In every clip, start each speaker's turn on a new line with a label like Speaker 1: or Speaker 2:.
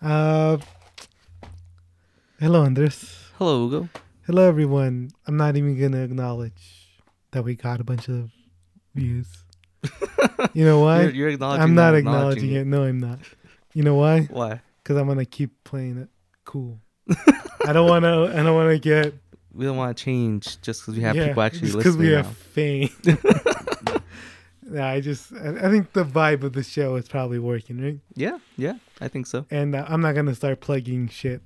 Speaker 1: Uh, hello, Andres.
Speaker 2: Hello, Hugo.
Speaker 1: Hello, everyone. I'm not even gonna acknowledge that we got a bunch of views. you know why?
Speaker 2: You're, you're acknowledging.
Speaker 1: I'm not acknowledging it. No, I'm not. You know why?
Speaker 2: Why?
Speaker 1: Because I'm gonna keep playing it cool. I don't wanna. I don't wanna get.
Speaker 2: We don't want to change just because we have
Speaker 1: yeah,
Speaker 2: people actually
Speaker 1: just
Speaker 2: listening
Speaker 1: we have
Speaker 2: now.
Speaker 1: fame. nah, I just. I, I think the vibe of the show is probably working, right?
Speaker 2: Yeah, yeah, I think so.
Speaker 1: And uh, I'm not gonna start plugging shit.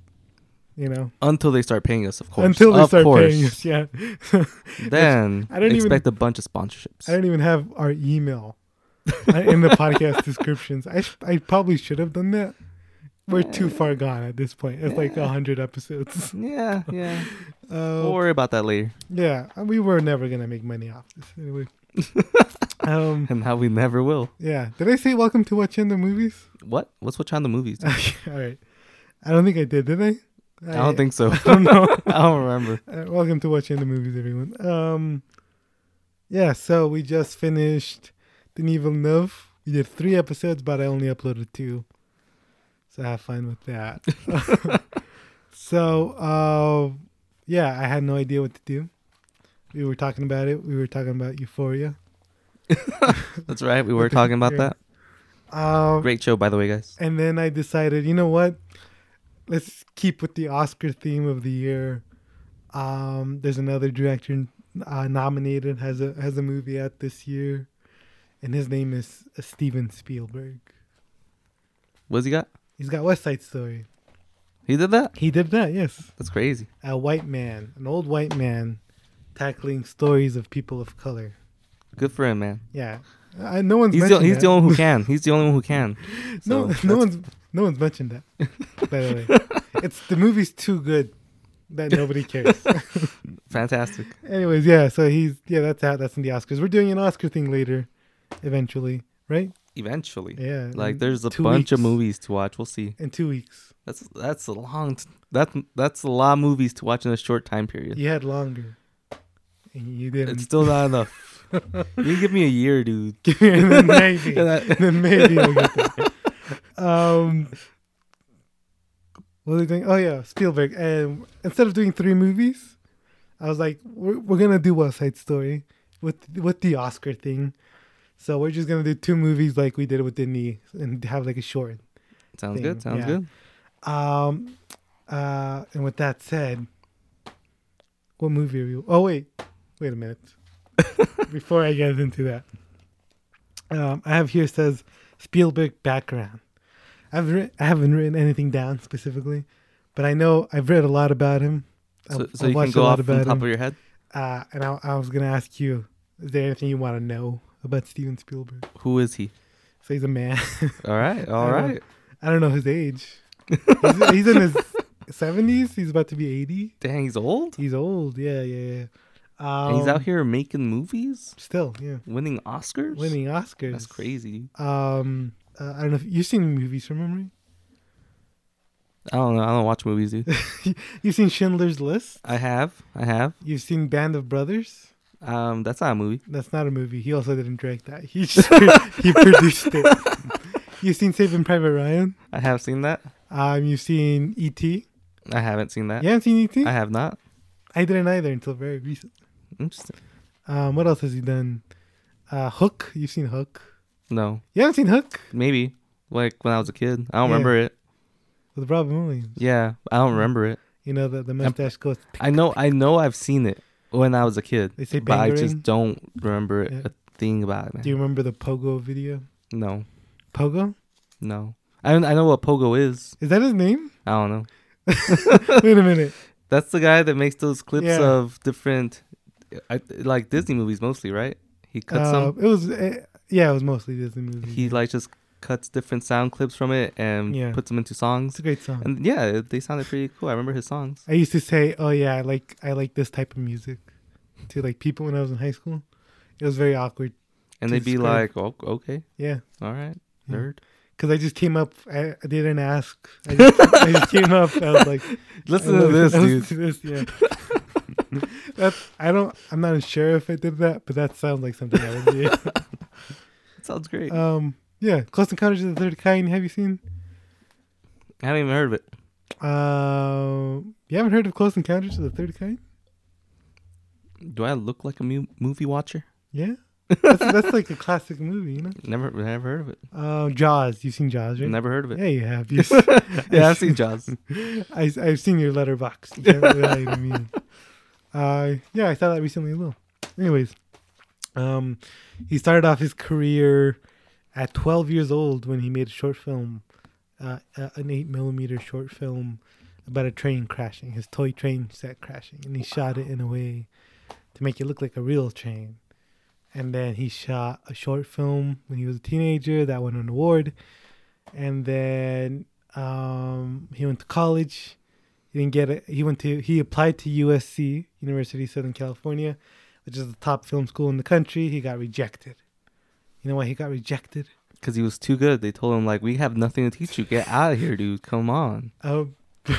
Speaker 1: You know,
Speaker 2: Until they start paying us, of course.
Speaker 1: until they
Speaker 2: of
Speaker 1: start
Speaker 2: course.
Speaker 1: paying us. Yeah.
Speaker 2: Then
Speaker 1: I don't even-
Speaker 2: expect a bunch of sponsorships.
Speaker 1: I don't even have our email uh, in the podcast descriptions. I sh- I probably should have done that. We're too far gone at this point. It's like like hundred episodes.
Speaker 2: yeah, yeah. We'll
Speaker 1: Uh,
Speaker 2: worry about that later.
Speaker 1: yeah, we were never gonna make money off this anyway. um,
Speaker 2: And how we never will.
Speaker 1: yeah. Did I say welcome to watching the movies?
Speaker 2: What? What's what on the movies?
Speaker 1: Okay, all right. I don't think I did. Did I?
Speaker 2: I don't think so.
Speaker 1: I don't know.
Speaker 2: I don't remember.
Speaker 1: Uh, welcome to watching the movies, everyone. Um, yeah, so we just finished Denis Villeneuve. We did three episodes, but I only uploaded two, so have fun with that. so, uh, yeah, I had no idea what to do. We were talking about it. We were talking about Euphoria.
Speaker 2: That's right. We were talking about
Speaker 1: Yeah.
Speaker 2: that.
Speaker 1: Um,
Speaker 2: Great show, by the way, guys.
Speaker 1: And then I decided, you know what? Let's keep with the Oscar theme of the year. Um, there's another director uh, nominated has a has a movie out this year, and his name is uh, Steven Spielberg.
Speaker 2: What's he got?
Speaker 1: He's got West Side Story.
Speaker 2: He did that.
Speaker 1: He did that, yes.
Speaker 2: That's crazy.
Speaker 1: A white man, an old white man, tackling stories of people of color.
Speaker 2: Good for him, man.
Speaker 1: Yeah, I, no one's
Speaker 2: He's the,
Speaker 1: mentioned
Speaker 2: he's
Speaker 1: that.
Speaker 2: the only one who can. He's the only one who can. So
Speaker 1: no,
Speaker 2: that's-
Speaker 1: no one's no one's mentioned that. By the way, it's the movie's too good that nobody cares.
Speaker 2: fantastic.
Speaker 1: Anyways, yeah. So he's yeah. That's out. That's in the Oscars. We're doing an Oscar thing later, eventually, right?
Speaker 2: Eventually,
Speaker 1: Yeah.
Speaker 2: like
Speaker 1: in
Speaker 2: there's a
Speaker 1: two
Speaker 2: bunch of
Speaker 1: weeks-
Speaker 2: movies to watch. We'll see.
Speaker 1: in two weeks.
Speaker 2: That's that's a long. T- that that's a lot of movies to watch in a short time period.
Speaker 1: You had longer, and you didn't.
Speaker 2: It's still not enough. you give me a year, dude.
Speaker 1: and then maybe,
Speaker 2: Yeah, that-
Speaker 1: then maybe we'll get there. Um, what are they doing? Oh yeah, Spielberg. And instead of doing three movies, I was like, we're, we're gonna do West Side Story with with the Oscar thing. So we're just gonna do two movies like we did with Denis and have like a short.
Speaker 2: Sounds
Speaker 1: thing,
Speaker 2: good. Sounds
Speaker 1: yeah.
Speaker 2: good.
Speaker 1: Um, uh, and with that said, what movie are you? Oh wait, wait a minute. Before I get into that, um, I have here says Spielberg background. I've writ I haven't written anything down specifically, but I know I've read a lot about him.
Speaker 2: So,
Speaker 1: I've-
Speaker 2: so
Speaker 1: I've
Speaker 2: you can
Speaker 1: watched
Speaker 2: go
Speaker 1: a lot
Speaker 2: off from
Speaker 1: about
Speaker 2: top
Speaker 1: him.
Speaker 2: of your head.
Speaker 1: Uh, and I, I was gonna ask you, is there anything you want to know about Steven Spielberg?
Speaker 2: Who is he?
Speaker 1: So he's a man.
Speaker 2: All right. All
Speaker 1: I don't-
Speaker 2: right.
Speaker 1: I don't know his age. he's, he's in his seventies. He's about to be eighty.
Speaker 2: Dang, he's old.
Speaker 1: He's old. Yeah, yeah, yeah. Um,
Speaker 2: and he's out here making movies,
Speaker 1: still. Yeah,
Speaker 2: winning Oscars.
Speaker 1: winning Oscars.
Speaker 2: That's crazy. Dude.
Speaker 1: Um, uh, I don't know. if You've seen movies from memory.
Speaker 2: I don't know. I don't watch movies, dude.
Speaker 1: You've seen Schindler's List.
Speaker 2: I have. I have.
Speaker 1: You've seen Band of Brothers.
Speaker 2: Um, that's not a movie.
Speaker 1: That's not a movie. He also didn't direct that. He just he produced it. You've seen Saving Private Ryan.
Speaker 2: I have seen that.
Speaker 1: Um, you've seen E.T.
Speaker 2: I haven't seen that.
Speaker 1: You haven't seen E.T.
Speaker 2: Uh, I have not.
Speaker 1: I didn't either until very recent.
Speaker 2: Interesting.
Speaker 1: Um, what else has he done? Uh, Hook. You've seen Hook.
Speaker 2: No,
Speaker 1: You haven't seen Hook
Speaker 2: maybe like when I was a kid. I don't
Speaker 1: Yeah.
Speaker 2: remember it.
Speaker 1: with Robin Williams.
Speaker 2: Yeah, I don't remember it.
Speaker 1: You know the the mustache goes.
Speaker 2: I know. I know. I've seen it when I was a kid.
Speaker 1: They say
Speaker 2: but I just
Speaker 1: Bangarang.
Speaker 2: don't remember
Speaker 1: Yeah.
Speaker 2: a thing about it. Man.
Speaker 1: Do you remember the Pogo video?
Speaker 2: No,
Speaker 1: Pogo?
Speaker 2: no. I don't- I know what pogo is.
Speaker 1: Is that his name?
Speaker 2: I don't know.
Speaker 1: Wait a minute.
Speaker 2: That's the guy that makes those clips
Speaker 1: Yeah.
Speaker 2: of different, I, like Disney movies mostly, right? He cuts
Speaker 1: Uh,
Speaker 2: them.
Speaker 1: it was uh, yeah, it was mostly Disney movies.
Speaker 2: He like just cuts different sound clips from it and
Speaker 1: Yeah.
Speaker 2: puts them into
Speaker 1: it's
Speaker 2: songs.
Speaker 1: a great song.
Speaker 2: And yeah, they sounded pretty cool. I remember his songs.
Speaker 1: I used to say, "Oh yeah, I like I like this type of music," to like people when I was in high school. It was very awkward.
Speaker 2: And they'd be
Speaker 1: Jesus
Speaker 2: like,
Speaker 1: Christ.
Speaker 2: oh, okay,
Speaker 1: Yeah,
Speaker 2: all right,
Speaker 1: Yeah.
Speaker 2: nerd.
Speaker 1: because I just came up. I, I didn't ask. I just, I just came up. I was like,
Speaker 2: Listen
Speaker 1: I
Speaker 2: to
Speaker 1: was-
Speaker 2: this,
Speaker 1: I
Speaker 2: dude.
Speaker 1: was- this, yeah. that's, I don't. I'm not sure if I did that, but that sounds like something I would do.
Speaker 2: Sounds great.
Speaker 1: Um, yeah, Close Encounters of the Third Kind. Have you seen?
Speaker 2: I haven't even heard of it.
Speaker 1: Uh, you haven't heard of Close Encounters of the Third Kind?
Speaker 2: Do I look like a mu- movie watcher?
Speaker 1: Yeah, that's, that's like a classic movie, you know.
Speaker 2: Never, never heard of it.
Speaker 1: Um, Jaws. You've seen Jaws, right?
Speaker 2: Never heard of it.
Speaker 1: Yeah, you have. You, s-
Speaker 2: yeah, I've seen Jaws.
Speaker 1: I, I've seen your letterbox. You can't really lie to me. Uh, yeah, I saw that recently as well. Anyways, um, he started off his career at 12 years old when he made a short film, uh, a- an 8 millimeter short film about a train crashing, his toy train set crashing. And he shot it in a way to make it look like a real train. And then he shot a short film when he was a teenager that won an award. And then um, he went to college. He didn't get it. He went to he applied to USC, University of Southern California, which is the top film school in the country. He got rejected. You know why he got rejected?
Speaker 2: Because he was too good. They told him like, we have nothing to teach you. Get out of here, dude. Come on.
Speaker 1: Um, you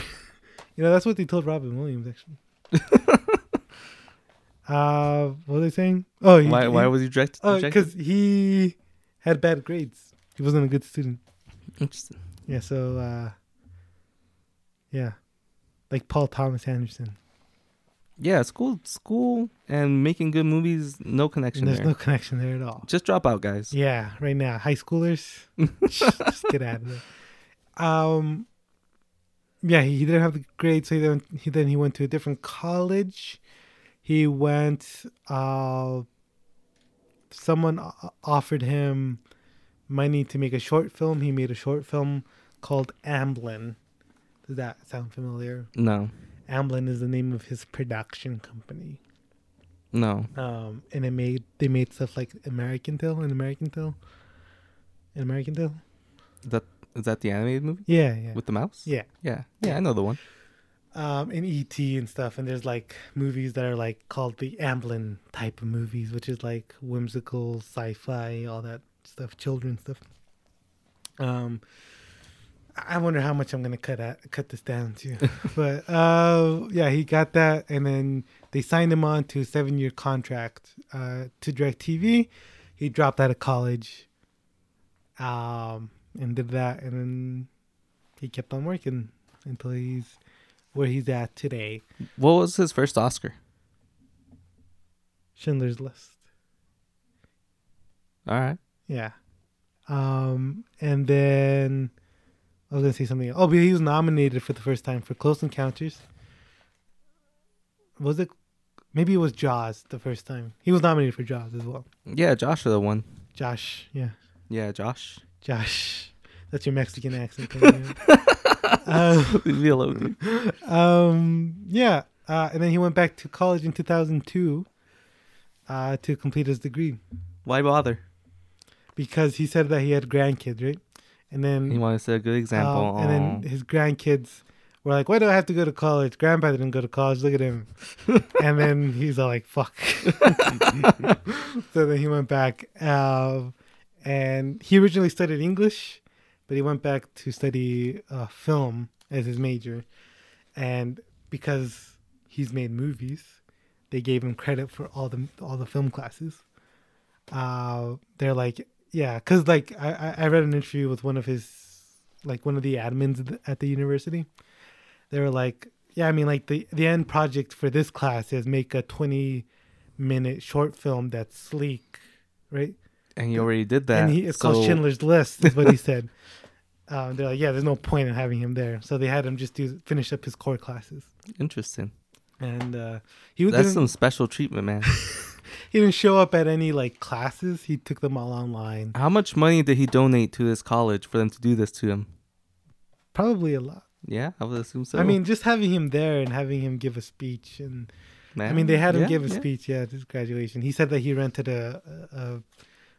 Speaker 1: know that's what they told Robin Williams actually. uh, what were they saying? Oh, he,
Speaker 2: Why?
Speaker 1: he,
Speaker 2: Why was he direct- rejected?
Speaker 1: because he had bad grades. He wasn't a good student.
Speaker 2: Interesting.
Speaker 1: Yeah, so uh yeah. Like Paul Thomas Anderson.
Speaker 2: Yeah, school, school, and making good movies. No connection
Speaker 1: And there's
Speaker 2: there.
Speaker 1: no connection there at all.
Speaker 2: Just drop out, guys.
Speaker 1: Yeah, right now, high schoolers, just get out of there. Um, yeah, he, he didn't have the grades, so he then he then he went to a different college. He went. Uh, someone o- offered him money to make a short film. He made a short film called Amblin. Does that sound familiar?
Speaker 2: No,
Speaker 1: Amblin is the name of his production company
Speaker 2: no.
Speaker 1: um, and it made they made stuff like American Tail and American Tail, and American Tail.
Speaker 2: Is that the animated movie
Speaker 1: Yeah, yeah,
Speaker 2: with the mouse?
Speaker 1: yeah.
Speaker 2: yeah, yeah. I know the one.
Speaker 1: Um, and ET and stuff. And there's like movies that are like called the Amblin type of movies, which is like whimsical sci-fi, all that stuff, children stuff. Um, I I wonder how much I'm gonna cut at, cut this down to, but uh, yeah, he got that, and then they signed him on to a seven-year contract uh, to Directv. He dropped out of college, um, and did that, and then he kept on working until he's where he's at today.
Speaker 2: What was his first Oscar?
Speaker 1: Schindler's List.
Speaker 2: All right.
Speaker 1: Yeah. Um, and then I was gonna say something. Oh, but he was nominated for the first time for Close Encounters. Was it? Maybe it was Jaws the first time. He was nominated for Jaws as well.
Speaker 2: Yeah, Joshua the one.
Speaker 1: Josh, yeah,
Speaker 2: Yeah, Josh.
Speaker 1: Josh. That's your Mexican accent. coming out. um,
Speaker 2: Leave me alone, dude.
Speaker 1: um, yeah. Uh, and then he went back to college in 2002 uh, to complete his degree
Speaker 2: Why bother?
Speaker 1: because he said that he had grandkids, right? And then
Speaker 2: He wanted to set a good example. Oh.
Speaker 1: Um, and
Speaker 2: Aw.
Speaker 1: then his grandkids were like, "Why do I have to go to college? Grandpa didn't go to college. Look at him." and then he's all like, "Fuck." so then he went back, uh, and he originally studied English, but he went back to study uh, film as his major, and because he's made movies, they gave him credit for all the all the film classes. Uh, they're like, yeah, because like I I I read an interview with one of his like one of the admins at the- at the university. They were like, yeah, I mean, like the the end project for this class is make a twenty minute short film that's sleek, right?
Speaker 2: And he already did that.
Speaker 1: And he, it's called
Speaker 2: so-
Speaker 1: Schindler's List, is what he said. um, they're like, yeah, there's no point in having him there, so they had him just do finish up his core classes,
Speaker 2: Interesting.
Speaker 1: and uh, he was
Speaker 2: That's some special treatment, man.
Speaker 1: he didn't show up at any like classes. He took them all online.
Speaker 2: How much money did he donate to this college for them to do this to him?
Speaker 1: Probably a lot.
Speaker 2: Yeah, I would assume so.
Speaker 1: I mean, just having him there and having him give a speech, and I
Speaker 2: Man,
Speaker 1: mean, they had him
Speaker 2: yeah,
Speaker 1: give a
Speaker 2: yeah.
Speaker 1: speech. Yeah, at his graduation, he said that he rented a, a, a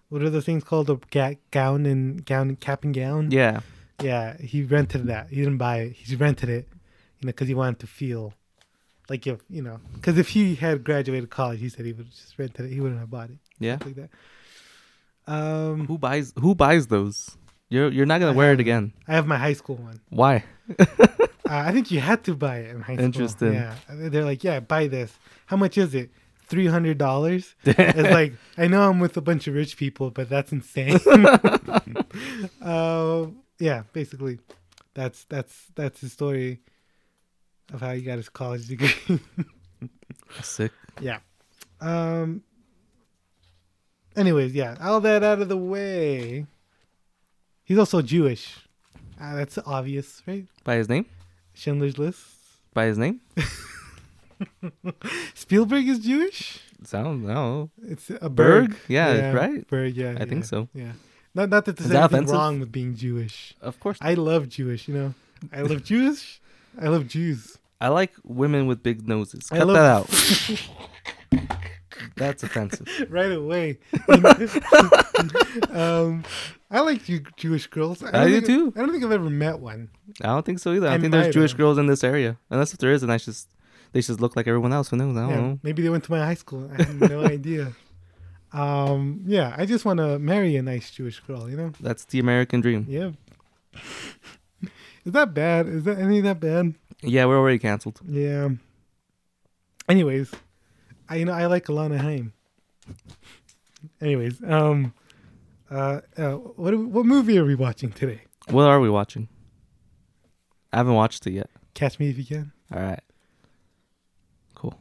Speaker 1: what are those things called? A ga- gown and gown, cap and gown.
Speaker 2: Yeah,
Speaker 1: Yeah, he rented that. He didn't buy it. He just rented it, you know, because he wanted to feel like if you know, because if he had graduated college, he said he would have just rented it. He wouldn't have bought it
Speaker 2: yeah.
Speaker 1: like that. Um,
Speaker 2: Who buys Who buys those? You're You're not gonna
Speaker 1: I
Speaker 2: wear
Speaker 1: haven't.
Speaker 2: it again.
Speaker 1: I have my high school one.
Speaker 2: Why?
Speaker 1: Uh, I think you had to buy it in high school.
Speaker 2: Interesting.
Speaker 1: Yeah, they're like, yeah, buy this. How much is it? Three hundred dollars. It's like I know I'm with a bunch of rich people, but that's insane. uh, yeah, basically. That's that's that's the story of how he got his college degree.
Speaker 2: Sick.
Speaker 1: yeah. Um. Anyways, yeah, all that out of the way. He's also Jewish. Ah, that's obvious, right?
Speaker 2: By his name?
Speaker 1: Schindler's List.
Speaker 2: By his name?
Speaker 1: Spielberg is Jewish.
Speaker 2: Sound no.
Speaker 1: It's a
Speaker 2: Berg?
Speaker 1: Berg.
Speaker 2: Yeah, right?
Speaker 1: Berg. Yeah,
Speaker 2: I think
Speaker 1: yeah,
Speaker 2: so.
Speaker 1: Yeah. Not not that there's
Speaker 2: Is that
Speaker 1: anything
Speaker 2: offensive?
Speaker 1: wrong with being Jewish.
Speaker 2: Of course. I,
Speaker 1: I love Jewish. You know, I love Jewish. I love Jews.
Speaker 2: like women with big noses.
Speaker 1: I
Speaker 2: Cut
Speaker 1: love-
Speaker 2: that out. That's offensive.
Speaker 1: right away. um, I like you Jewish girls.
Speaker 2: I
Speaker 1: don't
Speaker 2: do
Speaker 1: think-
Speaker 2: too.
Speaker 1: I don't think I've ever met one.
Speaker 2: I don't think so either. I
Speaker 1: I
Speaker 2: think there's
Speaker 1: might
Speaker 2: Jewish
Speaker 1: have.
Speaker 2: girls in this area. Unless if there is, and I just they just look like everyone else. Who knows? I don't
Speaker 1: Yeah,
Speaker 2: know.
Speaker 1: maybe they went to my high school. I have no idea. Um, yeah, I just want to marry a nice Jewish girl. You know,
Speaker 2: That's the American dream.
Speaker 1: yeah. Is that bad? Is that any that bad?
Speaker 2: Yeah, we're already canceled.
Speaker 1: Yeah. Anyways, I you know I like Alana Haim. Anyways, um, uh, uh what are we- what movie are we watching today?
Speaker 2: What are we watching? I haven't watched it yet.
Speaker 1: Catch me if you can.
Speaker 2: All right. Cool.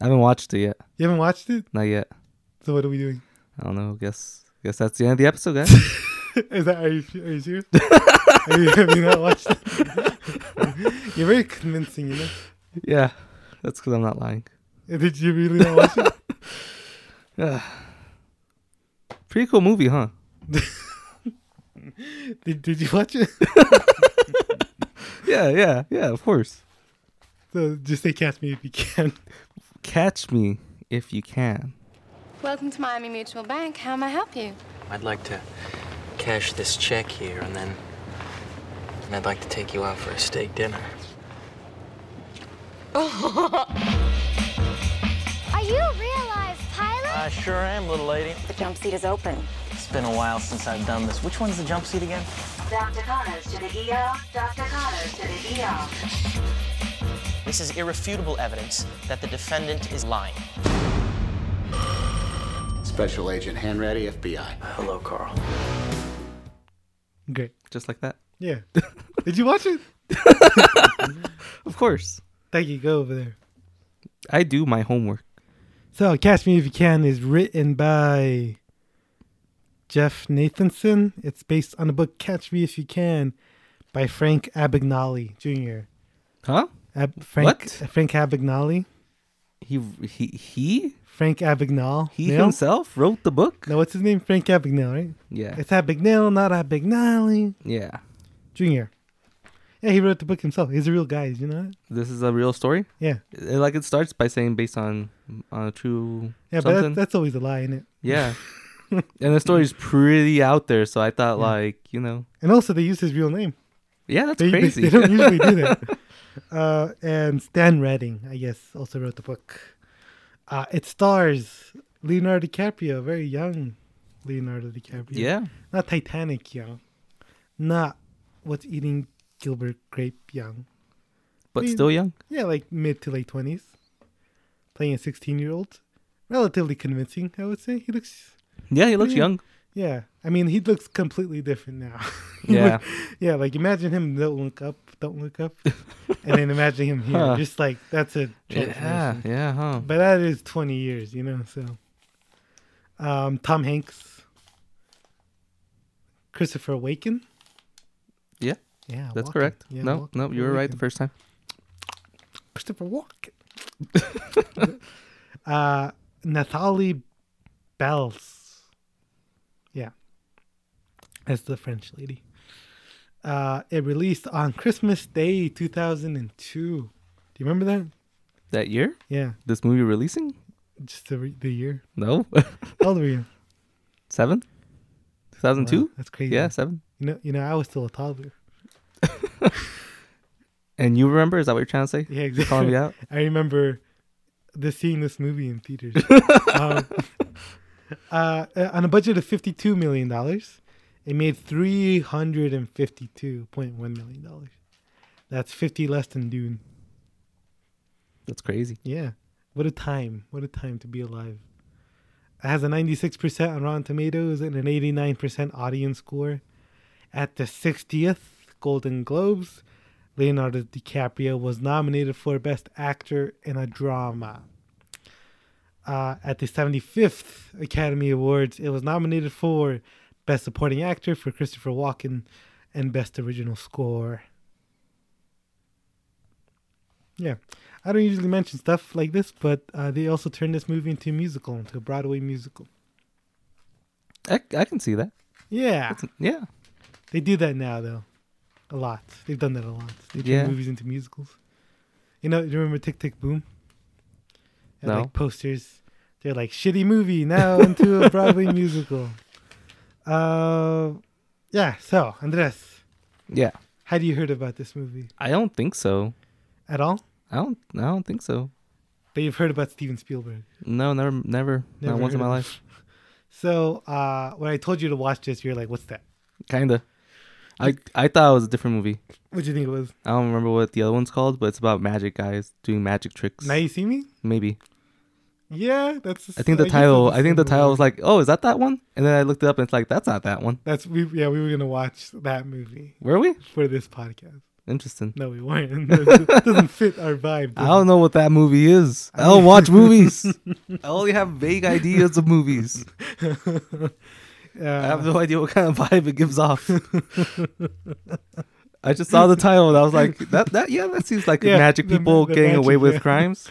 Speaker 2: I haven't watched it yet.
Speaker 1: You haven't watched it,
Speaker 2: Not yet.
Speaker 1: so what are we doing?
Speaker 2: I don't know. Guess guess that's the end of the episode, guys.
Speaker 1: Is that are you are you serious? Are you, have you not watched it? You're very convincing, you know.
Speaker 2: yeah, that's because I'm not lying.
Speaker 1: Did you really not watch it?
Speaker 2: Ugh. Pretty cool movie, huh?
Speaker 1: Did, did you watch it?
Speaker 2: Yeah, yeah, yeah. Of course.
Speaker 1: So just say catch me if you can.
Speaker 2: Catch me if you can.
Speaker 3: Welcome to Miami Mutual Bank. How may I help you?
Speaker 4: I'd like to cash this check here and then. And I'd like to take you out for a steak dinner.
Speaker 5: Are you a real live pilot?
Speaker 4: I sure am, little lady.
Speaker 6: The jump seat is open.
Speaker 4: It's been a while since I've done this. Which one's the jump seat again?
Speaker 6: Dr. Connors to the ER. Dr. Connors to the ER.
Speaker 7: This is irrefutable evidence that the defendant is lying.
Speaker 8: Special Agent Hanratty, FBI.
Speaker 4: Hello, Carl.
Speaker 1: Great.
Speaker 2: Just like that.
Speaker 1: Yeah. Did you watch it?
Speaker 2: Of course.
Speaker 1: Thank you. Go over there.
Speaker 2: I do my homework.
Speaker 1: So, Catch Me If You Can is written by Jeff Nathanson. It's based on the book Catch Me If You Can by Frank Abagnale Jr.
Speaker 2: Huh?
Speaker 1: Ab- Frank,
Speaker 2: What?
Speaker 1: Frank Abagnale.
Speaker 2: He he he
Speaker 1: Frank Abagnale.
Speaker 2: he
Speaker 1: No?
Speaker 2: himself wrote the book.
Speaker 1: No, what's his name? Frank Abagnale, right?
Speaker 2: Yeah.
Speaker 1: It's Abagnale, not Abagnale
Speaker 2: yeah.
Speaker 1: Jr. Yeah, he wrote the book himself. He's a real guy, you know that?
Speaker 2: This is a real story.
Speaker 1: Yeah.
Speaker 2: It- like it starts by saying based on on a true
Speaker 1: Yeah, but
Speaker 2: something.
Speaker 1: that, that's always a lie, in it?
Speaker 2: yeah. and the story's pretty out there, so I thought like, you know.
Speaker 1: And also, they use his real name.
Speaker 2: Yeah, that's
Speaker 1: They, they-
Speaker 2: crazy.
Speaker 1: They, don't usually do that. Uh, and Stan Redding, I guess, also wrote the book. Uh, it stars Leonardo DiCaprio, very young Leonardo DiCaprio.
Speaker 2: yeah.
Speaker 1: Not Titanic young. Not What's Eating Gilbert Grape young.
Speaker 2: But
Speaker 1: mean-
Speaker 2: still young.
Speaker 1: Yeah, like mid to late 20s. Playing a 16 year old. Relatively convincing, I would say. He looks,
Speaker 2: Yeah, he looks
Speaker 1: Yeah.
Speaker 2: young.
Speaker 1: yeah. I mean, he looks completely different now.
Speaker 2: Yeah.
Speaker 1: Yeah, like imagine him. Don't look up. Don't look up. and then imagine him here.
Speaker 2: Huh.
Speaker 1: Just like that's a transformation.
Speaker 2: yeah, yeah, huh.
Speaker 1: But that is twenty years, you know. So, um, Tom Hanks, Christopher Waken.
Speaker 2: Yeah.
Speaker 1: Yeah,
Speaker 2: That's
Speaker 1: Walken.
Speaker 2: correct.
Speaker 1: Yeah,
Speaker 2: no,
Speaker 1: Walken,
Speaker 2: no, you were right
Speaker 1: Waken.
Speaker 2: the first time.
Speaker 1: Christopher Walken. uh, Nathalie Bells. Yeah. That's the French lady. Uh, it released on Christmas Day 2002. Do you remember that?
Speaker 2: That year?
Speaker 1: Yeah.
Speaker 2: This movie releasing?
Speaker 1: Just the, re- the year.
Speaker 2: No.
Speaker 1: How old were you?
Speaker 2: 7?
Speaker 1: Wow,
Speaker 2: 2002?
Speaker 1: that's crazy.
Speaker 2: yeah, 7.
Speaker 1: You know, you know, I was still a toddler.
Speaker 2: And you remember is that what you're trying to say?
Speaker 1: Yeah,
Speaker 2: You're
Speaker 1: exactly.
Speaker 2: Calling me out?
Speaker 1: I remember the seeing this movie in theaters. um, uh, on a budget of fifty-two million dollars, it made three hundred and fifty-two point one million dollars. That's fifty less than Dune.
Speaker 2: That's crazy.
Speaker 1: Yeah, what a time! What a time to be alive. It has a ninety-six percent on Rotten Tomatoes and an eighty-nine percent audience score. At the 60th Golden Globes, Leonardo DiCaprio was nominated for Best Actor in a Drama. Uh, at the 75th Academy Awards, it was nominated for Best Supporting Actor for Christopher Walken and Best Original Score. Yeah. I don't usually mention stuff like this, but uh, they also turned this movie into a musical, into a Broadway musical.
Speaker 2: I, I can see that.
Speaker 1: Yeah.
Speaker 2: Yeah.
Speaker 1: They do that now, though. A lot. They've done that a lot. They turn
Speaker 2: Yeah.
Speaker 1: movies into musicals. You know, do you remember Tick Tick Boom? They had,
Speaker 2: No.
Speaker 1: like posters. They're like shitty movie now into a Broadway musical. Uh, yeah. So Andres,
Speaker 2: Yeah.
Speaker 1: had you heard about this movie
Speaker 2: I don't think so.
Speaker 1: at all?
Speaker 2: I don't. I don't think so.
Speaker 1: But you've heard about Steven Spielberg.
Speaker 2: No, never, never,
Speaker 1: Never
Speaker 2: not once in
Speaker 1: heard
Speaker 2: my
Speaker 1: of
Speaker 2: life.
Speaker 1: So uh, when I told you to watch this, you're like, "What's that?"
Speaker 2: Kinda. I I thought it was a different movie.
Speaker 1: What do you think it was?
Speaker 2: I don't remember what the other one's called, but it's about magic guys doing magic tricks.
Speaker 1: Now you see me?
Speaker 2: Maybe.
Speaker 1: Yeah, that's. uh,
Speaker 2: I think the
Speaker 1: guess
Speaker 2: title.
Speaker 1: that's
Speaker 2: I think the
Speaker 1: similar.
Speaker 2: title was like, oh, is that that one? And then I looked it up, and it's like, that's not that one.
Speaker 1: That's we. Yeah, we were gonna watch that movie
Speaker 2: Were we?
Speaker 1: for this podcast.
Speaker 2: Interesting.
Speaker 1: No, we weren't. It doesn't fit our vibe.
Speaker 2: I
Speaker 1: does
Speaker 2: don't know what that movie is. I don't watch movies. I only have vague ideas of movies.
Speaker 1: it?
Speaker 2: I
Speaker 1: Uh,
Speaker 2: have no idea what kind of vibe it gives off. I just saw the title and I was like, that that yeah, that seems like
Speaker 1: Yeah,
Speaker 2: magic
Speaker 1: the-
Speaker 2: people
Speaker 1: the
Speaker 2: getting away
Speaker 1: magic,
Speaker 2: with
Speaker 1: yeah.
Speaker 2: crimes.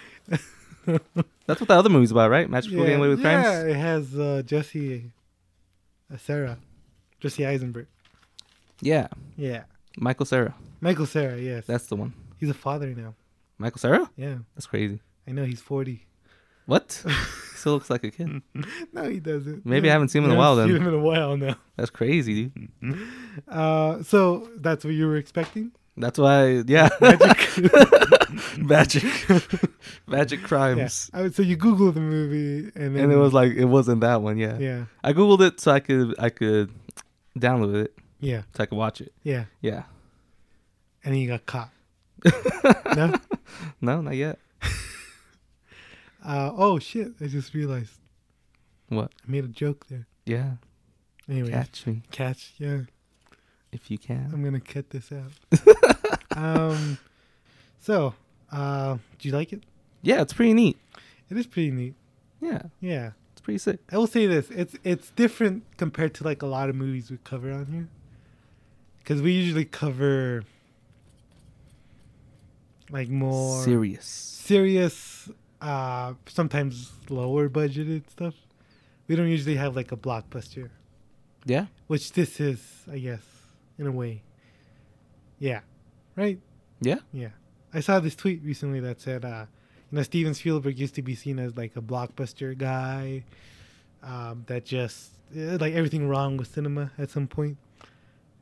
Speaker 2: That's what the other movie's about, right? Magic
Speaker 1: yeah,
Speaker 2: people getting away with
Speaker 1: yeah,
Speaker 2: crimes.
Speaker 1: it has uh, Jesse, uh, Sarah, Jesse Eisenberg.
Speaker 2: Yeah,
Speaker 1: Yeah,
Speaker 2: Michael Sarah.
Speaker 1: Michael Sarah. Yes,
Speaker 2: That's the one.
Speaker 1: he's a father now.
Speaker 2: Michael Sarah.
Speaker 1: Yeah,
Speaker 2: That's crazy.
Speaker 1: I know he's forty.
Speaker 2: What? Still looks like a
Speaker 1: Mm.
Speaker 2: kid.
Speaker 1: No, he doesn't.
Speaker 2: Maybe I haven't seen him in a
Speaker 1: You
Speaker 2: while
Speaker 1: haven't
Speaker 2: then.
Speaker 1: Seen him in a while now.
Speaker 2: That's crazy, dude.
Speaker 1: Uh, so that's what you were expecting.
Speaker 2: That's why, yeah. Magic. magic. magic crimes.
Speaker 1: Yeah. Uh, So you Google the movie and then
Speaker 2: And it was like, it wasn't that one, yeah.
Speaker 1: yeah,
Speaker 2: I Googled it so I could, I could download it
Speaker 1: yeah,
Speaker 2: so I could watch it.
Speaker 1: yeah,
Speaker 2: Yeah.
Speaker 1: and then you got caught. no.
Speaker 2: No, not yet.
Speaker 1: Uh, oh shit! I just realized
Speaker 2: What?
Speaker 1: I made a joke there.
Speaker 2: Yeah.
Speaker 1: Anyway, catch.
Speaker 2: Catch me
Speaker 1: Yeah,
Speaker 2: if you can.
Speaker 1: I'm gonna cut this out. um, so, uh, do you like it?
Speaker 2: Yeah, it's pretty neat.
Speaker 1: It is pretty neat.
Speaker 2: Yeah.
Speaker 1: Yeah,
Speaker 2: It's pretty sick.
Speaker 1: I will say this: it's it's different compared to like a lot of movies we cover on here, because we usually cover like more
Speaker 2: Serious.
Speaker 1: serious, uh, sometimes lower budgeted stuff. We don't usually have like a blockbuster.
Speaker 2: Yeah.
Speaker 1: which this is, I guess, in a way. Yeah, right.
Speaker 2: Yeah.
Speaker 1: Yeah, I saw this tweet recently that said, uh, you know, Steven Spielberg used to be seen as like a blockbuster guy, um, that just eh, like everything wrong with cinema at some point,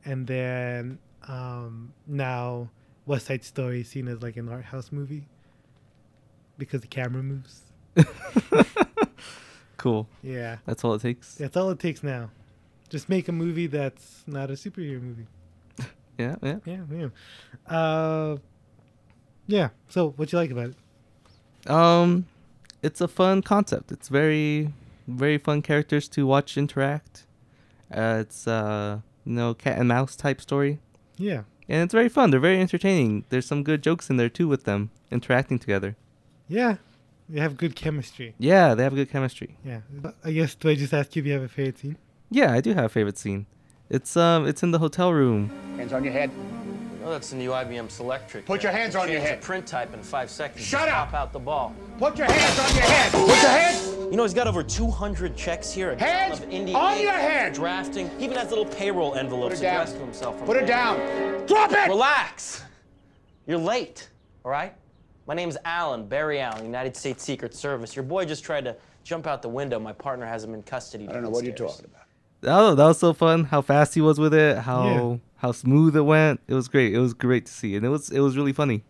Speaker 1: and then um, now West Side Story is seen as like an art house movie because the camera moves.
Speaker 2: Cool.
Speaker 1: Yeah,
Speaker 2: That's all it takes. Yeah.
Speaker 1: that's all it takes now. Just make a movie that's not a superhero movie.
Speaker 2: Yeah.
Speaker 1: Yeah, yeah. Uh, yeah. So, what you like about it?
Speaker 2: Um, it's a fun concept. It's very, very fun characters to watch interact. Uh, it's uh, you know, cat and mouse type story,
Speaker 1: Yeah,
Speaker 2: and it's very fun. They're very entertaining. There's some good jokes in there too with them interacting together.
Speaker 1: yeah. You have good chemistry.
Speaker 2: Yeah, they have good chemistry.
Speaker 1: Yeah. But I guess do I just ask you if you have a favorite scene?
Speaker 2: Yeah, I do have a favorite scene. It's um, it's in the hotel room.
Speaker 9: Hands on your head.
Speaker 7: No, Oh, that's the new IBM Selectric.
Speaker 9: Put your hands on
Speaker 7: Change
Speaker 9: your head.
Speaker 7: the print type in five seconds.
Speaker 9: Shut
Speaker 7: Just
Speaker 9: up.
Speaker 7: Pop out the ball.
Speaker 9: Put your hands on your head. Put your hands.
Speaker 7: You know, he's got over 200 checks here. A ton
Speaker 9: Hands
Speaker 7: of Indian
Speaker 9: on your
Speaker 7: ink,
Speaker 9: head.
Speaker 7: Drafting. He even has little payroll
Speaker 9: Put
Speaker 7: envelopes
Speaker 9: it down.
Speaker 7: addressed to himself. from
Speaker 9: Put it
Speaker 7: Andy.
Speaker 9: down. Drop it.
Speaker 7: Relax. You're late, all right? My name's Allen, Barry Allen, United States Secret Service. Your boy just tried to jump out the window. My partner has him in custody.
Speaker 9: I don't know what you're talking about.
Speaker 2: Oh, that was so fun. How fast he was with it. How how smooth it went. It was great. It was great to see, and it was it was really funny.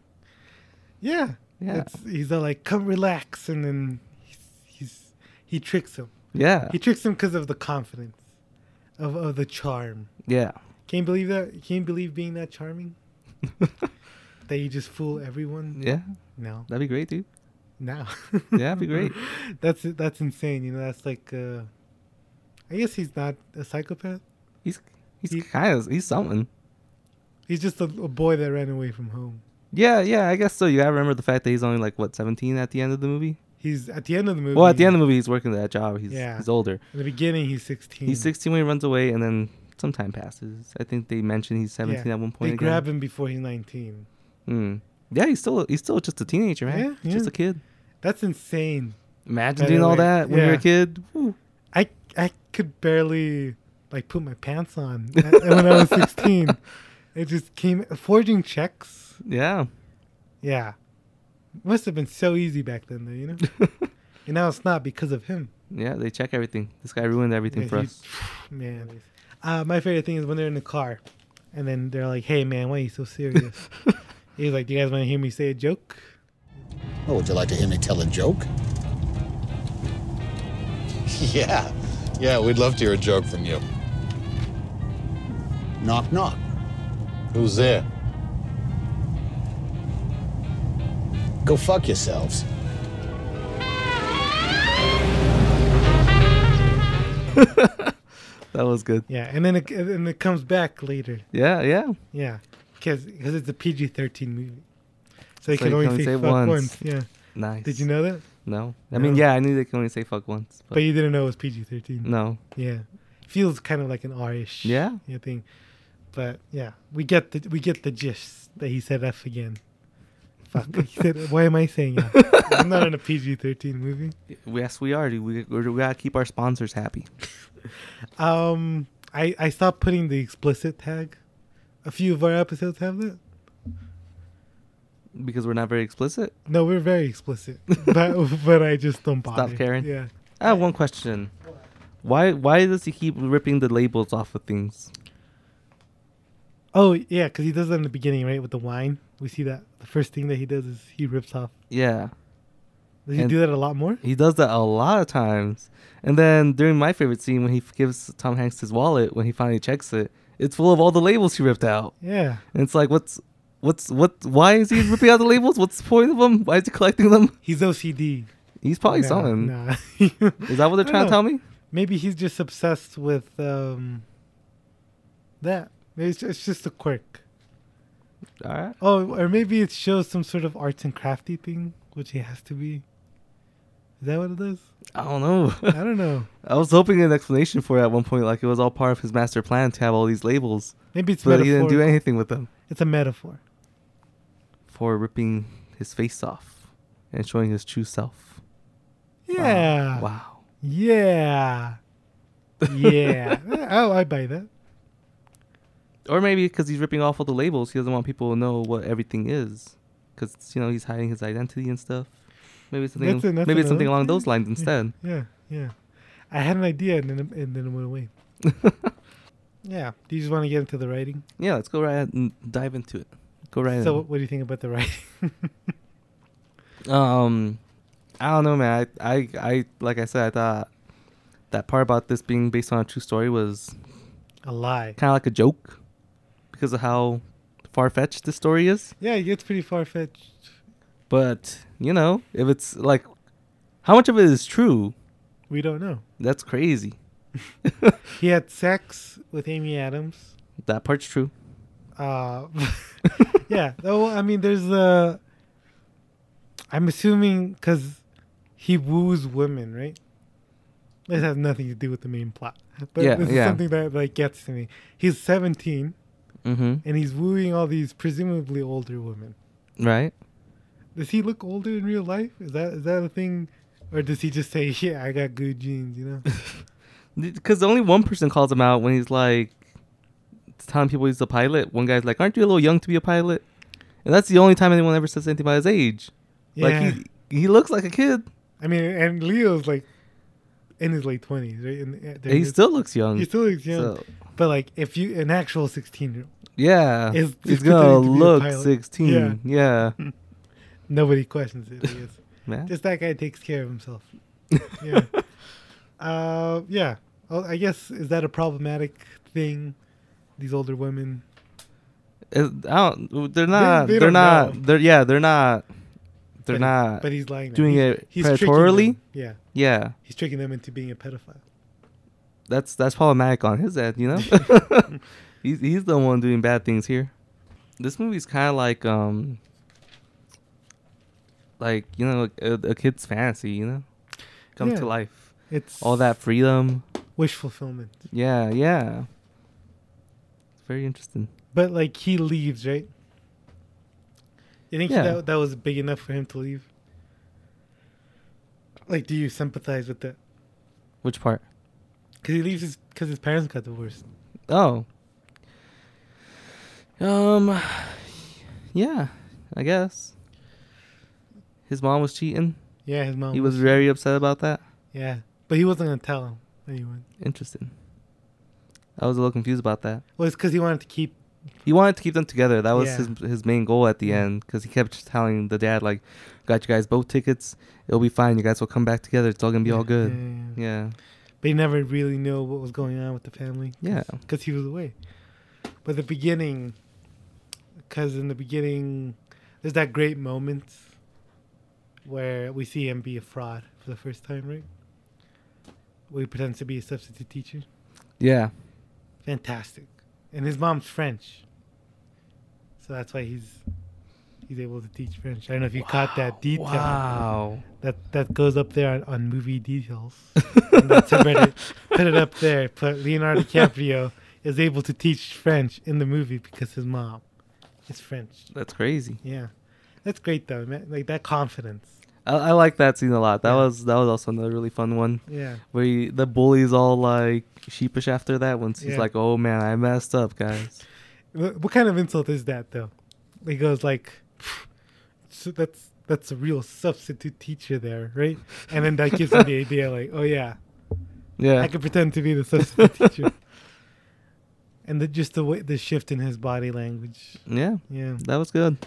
Speaker 1: Yeah.
Speaker 2: Yeah.
Speaker 1: It's, he's all like, "Come relax," and then he's, he's he tricks him.
Speaker 2: Yeah,
Speaker 1: He tricks him because of the confidence, of of the charm.
Speaker 2: yeah,
Speaker 1: Can't believe that. Can't believe being that charming. that you just fool everyone.
Speaker 2: yeah.
Speaker 1: No.
Speaker 2: That'd be great, dude.
Speaker 1: No.
Speaker 2: Yeah, that'd be great.
Speaker 1: that's that's insane. You know, that's like. Uh, I guess he's not a psychopath.
Speaker 2: He's He's
Speaker 1: He-
Speaker 2: kind of he's something.
Speaker 1: He's just a, a boy that ran away from home.
Speaker 2: Yeah, yeah, I guess so. You gotta remember the fact that he's only like what 17 at the end of the movie.
Speaker 1: He's at the end of the movie.
Speaker 2: Well, at the end of the movie, he's working that job. He's
Speaker 1: Yeah. Mm.
Speaker 2: he's older.
Speaker 1: in the beginning, he's sixteen.
Speaker 2: He's 16 when he runs away, and then some time passes. I think they mentioned he's 17 at one point.
Speaker 1: They
Speaker 2: again.
Speaker 1: grab him before he's nineteen.
Speaker 2: Mm. Yeah, he's still he's still just a teenager, man.
Speaker 1: Yeah,
Speaker 2: He's Just
Speaker 1: yeah.
Speaker 2: a kid.
Speaker 1: That's insane.
Speaker 2: Imagine
Speaker 1: By
Speaker 2: doing
Speaker 1: the
Speaker 2: all
Speaker 1: way,
Speaker 2: that when you're a
Speaker 1: yeah.
Speaker 2: kid. Whew.
Speaker 1: I I could barely like put my pants on at- when I was sixteen. It just came forging checks.
Speaker 2: Yeah.
Speaker 1: Yeah, must have been so easy back then, though. You know, and now it's not because of him.
Speaker 2: Yeah, they check everything. This guy ruined everything
Speaker 1: Yeah,
Speaker 2: for
Speaker 1: he-
Speaker 2: us.
Speaker 1: Man, uh, my favorite thing is when they're in the car, and then they're like, "Hey, man, why are you so serious?" He's like, "Do you guys want to hear me say a joke?"
Speaker 8: Oh, would you like to hear me tell a joke?
Speaker 10: Yeah. Yeah, we'd love to hear a joke from you.
Speaker 8: Knock, knock.
Speaker 10: Who's there?
Speaker 8: Go fuck yourselves.
Speaker 2: That was good.
Speaker 1: Yeah, and then it, and then it comes back later.
Speaker 2: Yeah, yeah.
Speaker 1: Yeah, because it's a PG thirteen movie, so you
Speaker 2: So
Speaker 1: can
Speaker 2: you
Speaker 1: only say, fuck once. Yeah.
Speaker 2: Nice.
Speaker 1: Did you know that?
Speaker 2: No. I mean,
Speaker 1: No.
Speaker 2: yeah, I knew they can only say fuck once. But,
Speaker 1: But you didn't know it was PG thirteen.
Speaker 2: no.
Speaker 1: Yeah, feels kind of like an R-ish.
Speaker 2: Yeah.
Speaker 1: yeah, thing. But yeah, we get the we get the gist that he said F again. Fuck. he said, why am I saying F? I'm not in a PG thirteen movie.
Speaker 2: Yes, we are. dude. We, we, we gotta keep our sponsors happy.
Speaker 1: Um, I I stopped putting the explicit tag. A few of our episodes have that.
Speaker 2: Because we're not very explicit.
Speaker 1: No, we're very explicit, but but I just don't bother.
Speaker 2: caring.
Speaker 1: Yeah,
Speaker 2: I have one question. Why why does he keep ripping the labels off of things?
Speaker 1: Oh yeah, because he does that in the beginning, right? With the wine, we see that the first thing that he does is he rips off.
Speaker 2: Yeah.
Speaker 1: Does he
Speaker 2: And-
Speaker 1: do that a lot more?
Speaker 2: He does that a lot of times. And then during my favorite scene when he f- gives Tom Hanks his wallet when he finally checks it, it's full of all the labels he ripped out.
Speaker 1: Yeah,
Speaker 2: And it's like what's what's what why is he ripping out the labels? What's the point of them? Why is he collecting them?
Speaker 1: he's OCD.
Speaker 2: Oh, He's probably
Speaker 1: Nah,
Speaker 2: something.
Speaker 1: nah.
Speaker 2: Is that what
Speaker 1: I
Speaker 2: they're trying to
Speaker 1: don't
Speaker 2: tell me?
Speaker 1: Maybe he's just obsessed with um, that. Maybe it's, it's just a quirk.
Speaker 2: All right.
Speaker 1: Oh, or maybe it shows some sort of arts and crafty thing, which he has to be. Is that what it is?
Speaker 2: I don't know.
Speaker 1: I don't know.
Speaker 2: I was hoping an explanation for it at one point, like it was all part of his master plan to have all these labels,
Speaker 1: Maybe it's
Speaker 2: but
Speaker 1: metaphor.
Speaker 2: he didn't do anything with them
Speaker 1: It's a metaphor.
Speaker 2: for ripping his face off and showing his true self.
Speaker 1: Yeah.
Speaker 2: Wow.
Speaker 1: Yeah. Yeah. oh, I buy that.
Speaker 2: Or maybe because he's ripping off all the labels, he doesn't want people to know what everything is, because you know he's hiding his identity and stuff. Maybe it's something.
Speaker 1: That's a- that's
Speaker 2: maybe it's
Speaker 1: another
Speaker 2: something along those
Speaker 1: thing.
Speaker 2: lines instead.
Speaker 1: Yeah, yeah. I had an idea and then and then it went away. yeah. Do you just want to get into the writing?
Speaker 2: Yeah, let's go right ahead and dive into it. Go right.
Speaker 1: So,
Speaker 2: in.
Speaker 1: what do you think about the writing?
Speaker 2: Um, I don't know, man. I, I, I, like I said, I thought that part about this being based on a true story was
Speaker 1: a lie.
Speaker 2: kind of like a joke because of how far fetched this story is.
Speaker 1: Yeah, it gets pretty far fetched.
Speaker 2: But you know, if it's like, how much of it is true?
Speaker 1: We don't know.
Speaker 2: That's crazy.
Speaker 1: He had sex with Amy Adams.
Speaker 2: That part's true.
Speaker 1: Uh, yeah. Though I mean, there's Uh, I'm assuming because he woos women, right? This has nothing to do with the main plot, but
Speaker 2: Yeah,
Speaker 1: this
Speaker 2: yeah.
Speaker 1: is something that like gets to me. He's 17
Speaker 2: Mm-hmm.
Speaker 1: and he's wooing all these presumably older women.
Speaker 2: Right?
Speaker 1: Does he look older in real life? Is that is that a thing, or does he just say, "Yeah, I got good genes," you know?
Speaker 2: Because only one person calls him out when he's like telling people he's a pilot. One guy's like, "Aren't you a little young to be a pilot?" And that's the only time anyone ever says anything about his age.
Speaker 1: Yeah.
Speaker 2: Like he, he looks like a kid.
Speaker 1: I mean, and Leo's like in his late twenties, right? And, uh, during
Speaker 2: He
Speaker 1: his-
Speaker 2: still looks young.
Speaker 1: he still looks young,
Speaker 2: So,
Speaker 1: but like if you an actual sixteen year old,
Speaker 2: yeah,
Speaker 1: Is-
Speaker 2: he's
Speaker 1: is pretending
Speaker 2: gonna
Speaker 1: to be a
Speaker 2: look
Speaker 1: pilot.
Speaker 2: sixteen. Yeah,
Speaker 1: nobody questions it. I guess
Speaker 2: man.
Speaker 1: just that guy takes care of himself. Yeah, uh, yeah. Well, I guess is that a problematic thing? These older women.
Speaker 2: It- I don't, they're not.
Speaker 1: they
Speaker 2: They, are
Speaker 1: don't
Speaker 2: not.
Speaker 1: know.
Speaker 2: They're yeah. They're not.
Speaker 1: but
Speaker 2: They're
Speaker 1: he-
Speaker 2: not.
Speaker 1: but he's lying. now.
Speaker 2: doing
Speaker 1: He's-
Speaker 2: it
Speaker 1: tricking them.
Speaker 2: predatorily?
Speaker 1: Yeah,
Speaker 2: yeah.
Speaker 1: he's tricking them into being a pedophile.
Speaker 2: that's that's problematic on his end, you know. he's he's the one doing bad things here. This movie's kind of like um, like you know, a, a kid's fantasy, you know, come
Speaker 1: Yeah.
Speaker 2: to life.
Speaker 1: It's
Speaker 2: All that freedom.
Speaker 1: wish fulfillment.
Speaker 2: Yeah, yeah. It's very interesting.
Speaker 1: But like he leaves, right? You think
Speaker 2: Yeah.
Speaker 1: that that was big enough for him to leave? Like, do you sympathize with that?
Speaker 2: Which part?
Speaker 1: Because he leaves his because his parents got divorced.
Speaker 2: Oh. Um yeah, I guess. His mom was cheating.
Speaker 1: Yeah, his mom.
Speaker 2: He was very upset about that.
Speaker 1: Yeah, but he wasn't gonna tell him anyone.
Speaker 2: Interesting. I was a little confused about that.
Speaker 1: Well, it's because he wanted to keep.
Speaker 2: He wanted to keep them together. That was
Speaker 1: Yeah.
Speaker 2: his his main goal at the end because he kept telling the dad like, "Got you guys both tickets. It'll be fine. You guys will come back together. It's all gonna be all good."
Speaker 1: Yeah, yeah, yeah.
Speaker 2: Yeah.
Speaker 1: But he never really knew what was going on with the family.
Speaker 2: Yeah.
Speaker 1: because he was away. But the beginning, because in the beginning, there's that great moment where we see him be a fraud for the first time, right? Where he pretends to be a substitute teacher.
Speaker 2: Yeah.
Speaker 1: Fantastic, and his mom's French, so that's why he's he's able to teach French. I don't know if you caught that detail.
Speaker 2: Wow.
Speaker 1: That that goes up there on, on movie details. and that's a Reddit. Put it up there. Put Leonardo DiCaprio is able to teach French in the movie because his mom is French.
Speaker 2: That's crazy.
Speaker 1: Yeah, that's great though, man. Like that confidence.
Speaker 2: I, I like that scene a lot. That
Speaker 1: Yeah.
Speaker 2: was that was also another really fun one
Speaker 1: Yeah,
Speaker 2: where he, the bully's all like sheepish after that once he's
Speaker 1: Yeah.
Speaker 2: like, "Oh man, I messed up, guys."
Speaker 1: Wh- what kind of insult is that though? He goes like, so "That's that's a real substitute teacher there, right?" And then that gives him the idea, like, "Oh yeah,
Speaker 2: yeah,
Speaker 1: I could pretend to be the substitute teacher." And the, just the way the shift in his body language.
Speaker 2: yeah,
Speaker 1: Yeah.
Speaker 2: that was good.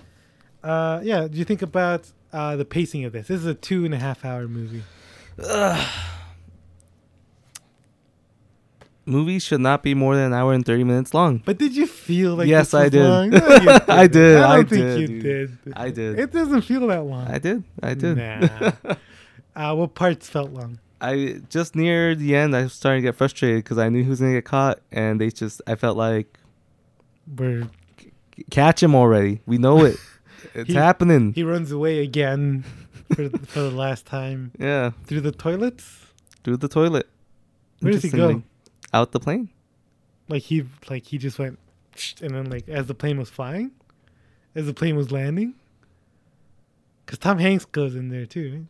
Speaker 1: Uh, yeah. Do you think about uh, the pacing of this? This is a two and a half hour movie.
Speaker 2: Movies should not be more than an hour and thirty minutes long.
Speaker 1: But did you feel like
Speaker 2: Yes,
Speaker 1: this was
Speaker 2: I did.
Speaker 1: long? No, you didn't.
Speaker 2: I did,
Speaker 1: I
Speaker 2: I
Speaker 1: don't think
Speaker 2: did,
Speaker 1: you
Speaker 2: dude.
Speaker 1: did.
Speaker 2: I did.
Speaker 1: It doesn't feel that long.
Speaker 2: I did, I did.
Speaker 1: Nah. uh, what parts felt long?
Speaker 2: I just near the end, I was starting to get frustrated because I knew he was gonna get caught, and they just, I felt like,
Speaker 1: Where
Speaker 2: catch him already. We know it. It's
Speaker 1: He-
Speaker 2: happening.
Speaker 1: he runs away again for for the last time
Speaker 2: yeah,
Speaker 1: through the toilets.
Speaker 2: through the toilet.
Speaker 1: Where does he
Speaker 2: Interestingly.
Speaker 1: go?
Speaker 2: Out the plane.
Speaker 1: Like he like he just went, and then like as the plane was flying, as the plane was landing. Cause Tom Hanks goes in there too.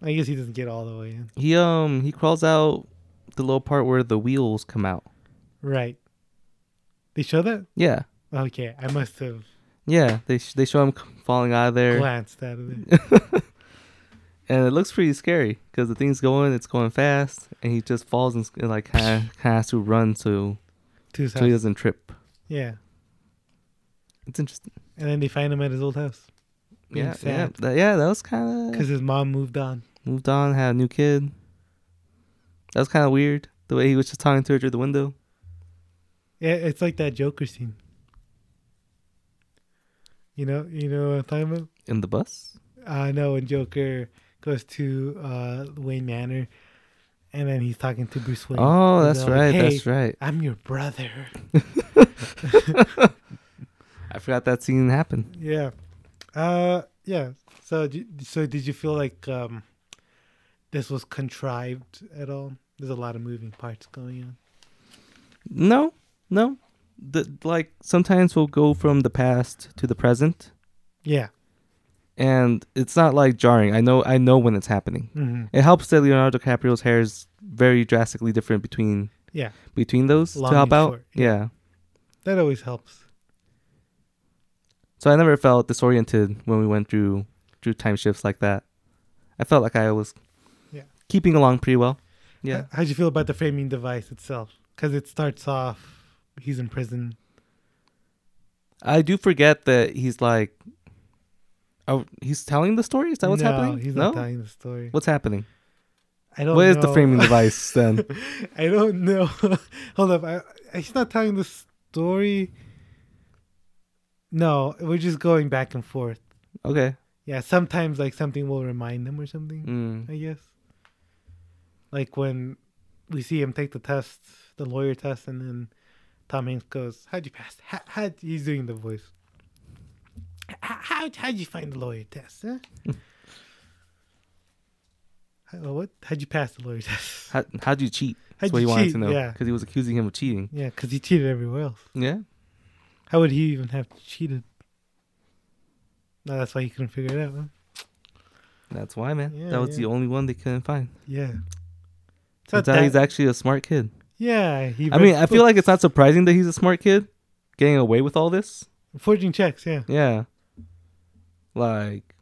Speaker 1: right? I guess he doesn't get all the way in.
Speaker 2: He um he crawls out the little part where the wheels come out.
Speaker 1: Right. They show that?
Speaker 2: Yeah,
Speaker 1: Okay, I must have
Speaker 2: yeah. They sh- they show him c- falling out of there,
Speaker 1: glanced out of there.
Speaker 2: and it looks pretty scary because the thing's going, it's going fast, and he just falls and, s- and like kind of has to run so
Speaker 1: To his
Speaker 2: so he
Speaker 1: house.
Speaker 2: doesn't trip.
Speaker 1: Yeah.
Speaker 2: It's interesting.
Speaker 1: And then they find him at his old house Being
Speaker 2: Yeah, yeah,
Speaker 1: sad.
Speaker 2: that, yeah. That was kind
Speaker 1: because
Speaker 2: of
Speaker 1: his mom moved on.
Speaker 2: moved on, had a new kid. That was kind of weird the way he was just talking to her through the window.
Speaker 1: Yeah, it's like that Joker scene. You know, you know what I'm talking about?
Speaker 2: In the bus,
Speaker 1: I know when Joker goes to uh, Wayne Manor, and then he's talking to Bruce Wayne.
Speaker 2: Oh,
Speaker 1: He's
Speaker 2: that's
Speaker 1: all
Speaker 2: right, that's right.
Speaker 1: I'm your brother.
Speaker 2: I forgot that scene happened.
Speaker 1: Yeah, uh, yeah. So, d- so did you feel like um, this was contrived at all? There's a lot of moving parts going on.
Speaker 2: No, no. The, like sometimes we'll go from the past to the present,
Speaker 1: Yeah,
Speaker 2: and it's not like jarring. I know I know when it's happening.
Speaker 1: Mm-hmm.
Speaker 2: It helps that Leonardo DiCaprio's hair is very drastically different between
Speaker 1: yeah.
Speaker 2: between those
Speaker 1: Long
Speaker 2: to help
Speaker 1: and
Speaker 2: out.
Speaker 1: short,
Speaker 2: Yeah.
Speaker 1: That always helps.
Speaker 2: So I never felt disoriented when we went through through time shifts like that. I felt like I was
Speaker 1: Yeah. Uh,
Speaker 2: keeping along pretty well. Yeah.
Speaker 1: H- How'd you feel about the framing device itself? Because it starts off, he's in prison.
Speaker 2: I do forget that he's like Oh, he's telling the story? Is that what's
Speaker 1: no,
Speaker 2: happening?
Speaker 1: He's
Speaker 2: no.
Speaker 1: not telling Oh, the story.
Speaker 2: What's happening?
Speaker 1: I don't
Speaker 2: What is the
Speaker 1: know.
Speaker 2: framing device then?
Speaker 1: I don't know. Hold up. I, I- he's not telling the story. No, we're just going back and forth.
Speaker 2: Okay.
Speaker 1: Yeah, sometimes like something will remind them or something.
Speaker 2: Mm.
Speaker 1: I guess. Like when we see him take the test, the lawyer test, and then Tom Hanks goes, "How'd you pass? How, how'd he's doing the voice? How, how how'd you find the lawyer test? Huh? how, what? How'd you pass the lawyer test?
Speaker 2: How how'd you cheat? That's
Speaker 1: How'd
Speaker 2: what
Speaker 1: you
Speaker 2: he wanted
Speaker 1: cheat?
Speaker 2: to know.
Speaker 1: Yeah.
Speaker 2: Because he was accusing him of cheating.
Speaker 1: Yeah, because he cheated everywhere else.
Speaker 2: Yeah.
Speaker 1: How would he even have cheated? No, that's why he couldn't figure it out. Huh?
Speaker 2: That's why, man.
Speaker 1: Yeah,
Speaker 2: that was
Speaker 1: yeah.
Speaker 2: the only one they couldn't find.
Speaker 1: Yeah. It's not
Speaker 2: Turns out he's
Speaker 1: that-
Speaker 2: actually a smart kid.
Speaker 1: yeah, he
Speaker 2: I
Speaker 1: read
Speaker 2: mean, I feel like
Speaker 1: books.
Speaker 2: it's not surprising that he's a smart kid, getting away with all this.
Speaker 1: forging checks. Yeah,
Speaker 2: Yeah. Like,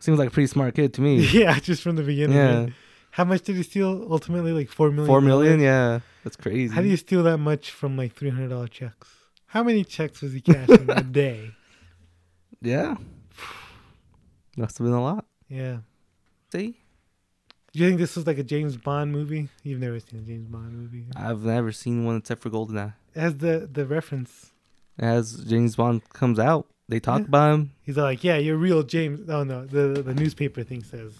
Speaker 2: seems like a pretty smart kid to me.
Speaker 1: yeah, just from the beginning.
Speaker 2: Yeah.
Speaker 1: right? How much did he steal? Ultimately, like four million.
Speaker 2: Four million,
Speaker 1: dollars?
Speaker 2: yeah, that's crazy.
Speaker 1: How do you steal that much from like three hundred dollar checks? How many checks was he cashing a day?
Speaker 2: Yeah, must have been a lot.
Speaker 1: Yeah.
Speaker 2: See,
Speaker 1: Do you think this was like a James Bond movie? You've never seen a James Bond movie.
Speaker 2: I've never seen one except for Goldeneye.
Speaker 1: It has the the reference.
Speaker 2: As James Bond comes out, they talk about him.
Speaker 1: He's like, yeah, you're real James. Oh no, the the newspaper thing says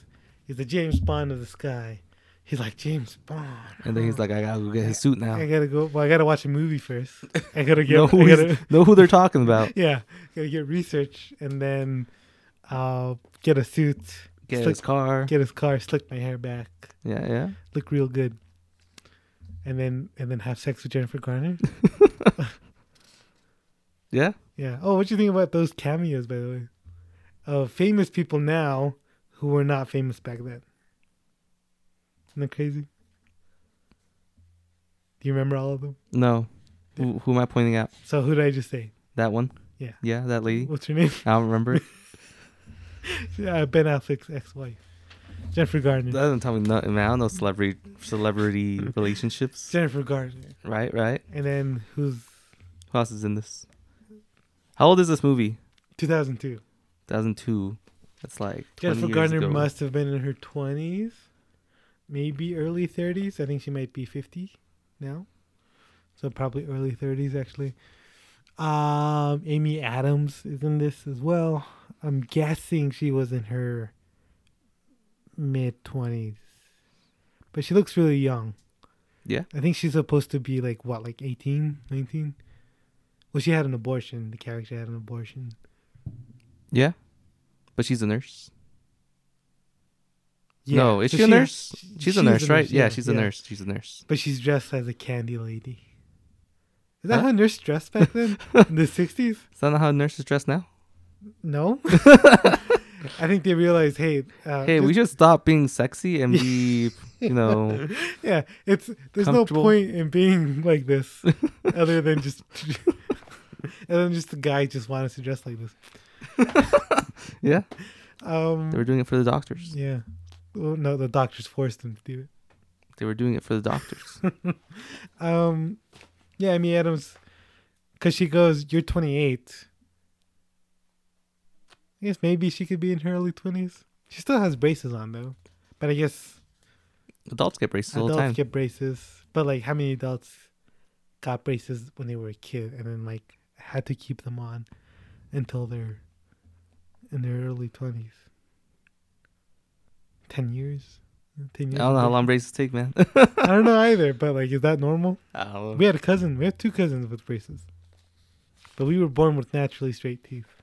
Speaker 1: he's the James Bond of the sky. He's like James Bond.
Speaker 2: And then he's like, I gotta go get his suit now.
Speaker 1: I gotta go. Well, I gotta watch a movie first. I gotta get.
Speaker 2: know, who
Speaker 1: I
Speaker 2: he's-
Speaker 1: gotta,
Speaker 2: know who they're talking about.
Speaker 1: yeah, gotta get research and then uh, get a suit.
Speaker 2: Get
Speaker 1: slick,
Speaker 2: his car.
Speaker 1: Get his car. Slick my hair back.
Speaker 2: yeah, yeah.
Speaker 1: Look real good. And then and then have sex with Jennifer Garner.
Speaker 2: Yeah.
Speaker 1: yeah. Oh, what do you think about those cameos, by the way, of famous people now who were not famous back then? Isn't that crazy? Do you remember all of them?
Speaker 2: No. Who, who am I pointing out?
Speaker 1: So who did I just say?
Speaker 2: That one?
Speaker 1: Yeah.
Speaker 2: Yeah, that lady.
Speaker 1: What's her name?
Speaker 2: I don't remember. it.
Speaker 1: Uh, ben Affleck's ex-wife, Jennifer Garner.
Speaker 2: that doesn't tell me nothing, man. I don't know celebrity celebrity relationships.
Speaker 1: Jennifer Garner.
Speaker 2: Right, right.
Speaker 1: And then who's
Speaker 2: Who else is in this? How old is this movie?
Speaker 1: 2002?
Speaker 2: 2002. That's like 20
Speaker 1: Jennifer
Speaker 2: years
Speaker 1: Garner
Speaker 2: ago.
Speaker 1: must have been in her 20s, maybe early 30s. I think she might be 50 now, so probably early 30s actually. Um, Amy Adams is in this as well. I'm guessing she was in her mid 20s, but she looks really young.
Speaker 2: Yeah.
Speaker 1: I think she's supposed to be like what, like 18, 19? Well, she had an abortion. The character had an abortion.
Speaker 2: Yeah. But she's a nurse.
Speaker 1: Yeah.
Speaker 2: No, is
Speaker 1: So
Speaker 2: she a nurse?
Speaker 1: she-
Speaker 2: She's a nurse, right? Yeah, she's a
Speaker 1: yeah.
Speaker 2: nurse. She's a nurse.
Speaker 1: But she's dressed as a candy lady. Is that
Speaker 2: Huh?
Speaker 1: how nurse dressed back then? In the 60s?
Speaker 2: Is that not how nurses dress now?
Speaker 1: No. I think they realized, hey, uh,
Speaker 2: Hey, we
Speaker 1: just-
Speaker 2: should stop being sexy and be, you know,
Speaker 1: yeah, it's there's no
Speaker 2: Comfortable.
Speaker 1: point in being like this, other than just, other than just the guy just wanted to dress like this.
Speaker 2: yeah.
Speaker 1: Um,
Speaker 2: They were doing it for the doctors.
Speaker 1: yeah, well, no, the doctors forced him to do it.
Speaker 2: They were doing it for the doctors.
Speaker 1: um yeah amy adams because she goes you're 28 i guess maybe she could be in her early 20s she still has braces on though but i guess
Speaker 2: Adults get braces all the
Speaker 1: adults
Speaker 2: time.
Speaker 1: get braces but like how many adults got braces when they were a kid and then like had to keep them on until they're in their early 20s 10 years 10
Speaker 2: I
Speaker 1: years
Speaker 2: don't know how
Speaker 1: braces?
Speaker 2: long braces take, man.
Speaker 1: i don't know either but like is that normal
Speaker 2: I don't know.
Speaker 1: we had a cousin. We had two cousins with braces, but we were born with naturally straight teeth.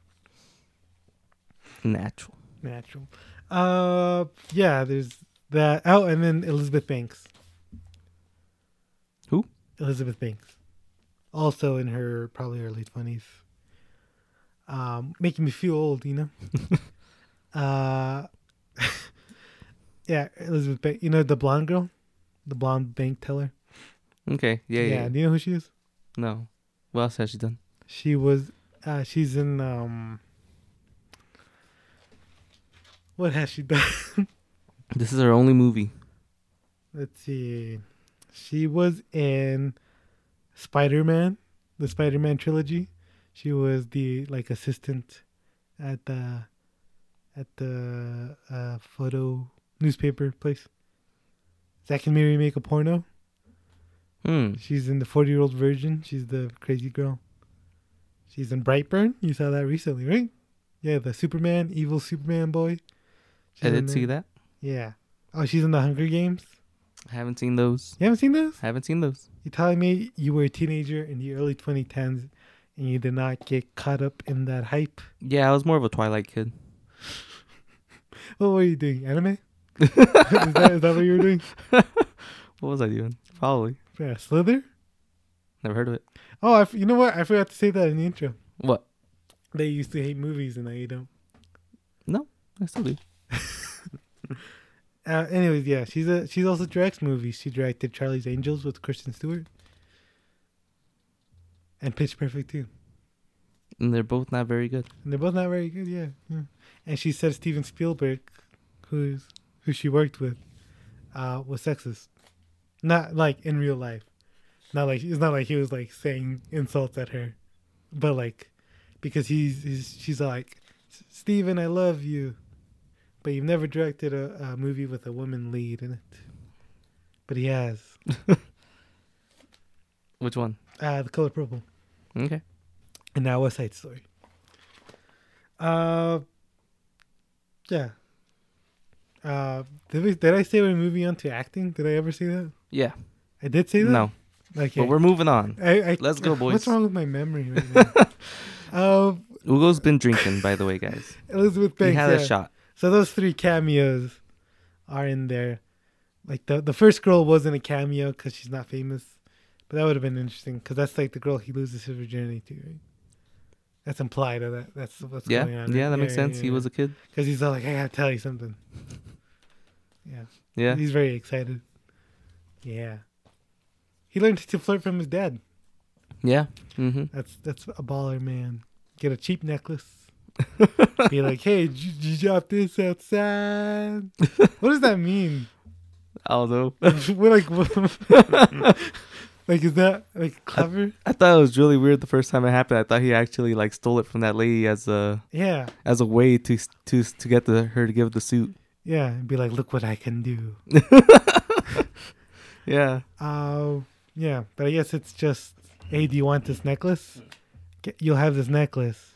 Speaker 2: Natural.
Speaker 1: Natural. Uh, yeah. There's that. Oh, and then Elizabeth Banks.
Speaker 2: Who?
Speaker 1: Elizabeth Banks, also in her probably early twenties. Um, making me feel old, you know. uh, yeah, Elizabeth. Banks. You know the blonde girl, the blonde bank teller.
Speaker 2: Okay. Yeah, yeah. yeah.
Speaker 1: Do you know who she is?
Speaker 2: No. What else has she done?
Speaker 1: She was uh she's in um what has she done?
Speaker 2: This is her only movie.
Speaker 1: Let's see. She was in Spider Man, the Spider Man trilogy. She was the like assistant at the at the uh photo newspaper place. Zack and Mary make a porno.
Speaker 2: Hmm.
Speaker 1: She's in the forty year old virgin. She's the crazy girl. She's in Brightburn. You saw that recently, right? Yeah, the Superman, evil Superman boy. She's
Speaker 2: I
Speaker 1: in
Speaker 2: did see
Speaker 1: there.
Speaker 2: that.
Speaker 1: Yeah. Oh, she's in the Hunger Games.
Speaker 2: I haven't seen those.
Speaker 1: You haven't seen those?
Speaker 2: Haven't seen those.
Speaker 1: You're telling me you were a teenager in the early 2010s and you did not get caught up in that hype?
Speaker 2: Yeah, I was more of a Twilight kid.
Speaker 1: What were you doing? Anime? is, that, is that what you were doing?
Speaker 2: What was I doing? Probably.
Speaker 1: Yeah, Slither?
Speaker 2: Never heard of it.
Speaker 1: Oh, I f- you know what? I forgot to say that in the intro.
Speaker 2: What?
Speaker 1: They used to hate movies and now you don't.
Speaker 2: No, I still do.
Speaker 1: Uh, anyways, yeah, she's a she's also directs movies. She directed Charlie's Angels with Kristen Stewart, and Pitch Perfect too.
Speaker 2: And they're both not very good.
Speaker 1: And they're both not very good, yeah. yeah. And she said Steven Spielberg, who's who she worked with, uh, was sexist. Not like in real life. Not like it's not like he was like saying insults at her, but like because he's, he's she's like Steven, I love you, but you've never directed a, a movie with a woman lead in it. But he has.
Speaker 2: Which one?
Speaker 1: Uh, the color purple.
Speaker 2: Okay.
Speaker 1: And now West Side Story. Uh, yeah. Uh, did, we, did I say we're moving on to acting? Did I ever say that?
Speaker 2: Yeah.
Speaker 1: I did say that.
Speaker 2: No.
Speaker 1: Okay.
Speaker 2: But we're moving on.
Speaker 1: I, I,
Speaker 2: Let's go, boys.
Speaker 1: What's wrong with my memory right now? um,
Speaker 2: Ugo's been drinking, by the way, guys.
Speaker 1: Elizabeth
Speaker 2: He
Speaker 1: Banks.
Speaker 2: had a
Speaker 1: yeah.
Speaker 2: shot.
Speaker 1: So those three cameos are in there. Like the the first girl wasn't a cameo because she's not famous, but that would have been interesting because that's like the girl he loses his virginity to. Right? That's implied. Or that that's what's
Speaker 2: Yeah.
Speaker 1: going on. right?
Speaker 2: Yeah, that makes sense. He was a kid.
Speaker 1: because he's all like, I gotta tell you something. Yeah.
Speaker 2: Yeah.
Speaker 1: He's very excited. Yeah. He learned to flirt from his dad.
Speaker 2: Yeah. Mm-hmm.
Speaker 1: That's that's a baller man. Get a cheap necklace. Be like, hey, did you, did you drop this outside? what does that mean?
Speaker 2: Although
Speaker 1: We're like, like is that like clever?
Speaker 2: I thought it was really weird the first time it happened. I thought he actually like stole it from that lady as a
Speaker 1: Yeah,
Speaker 2: as a way to to to get the, her to give the suit.
Speaker 1: yeah. And be like, look what I can do.
Speaker 2: Yeah.
Speaker 1: Uh, yeah, but I guess it's just, hey, do you want this necklace? Get, you'll have this necklace.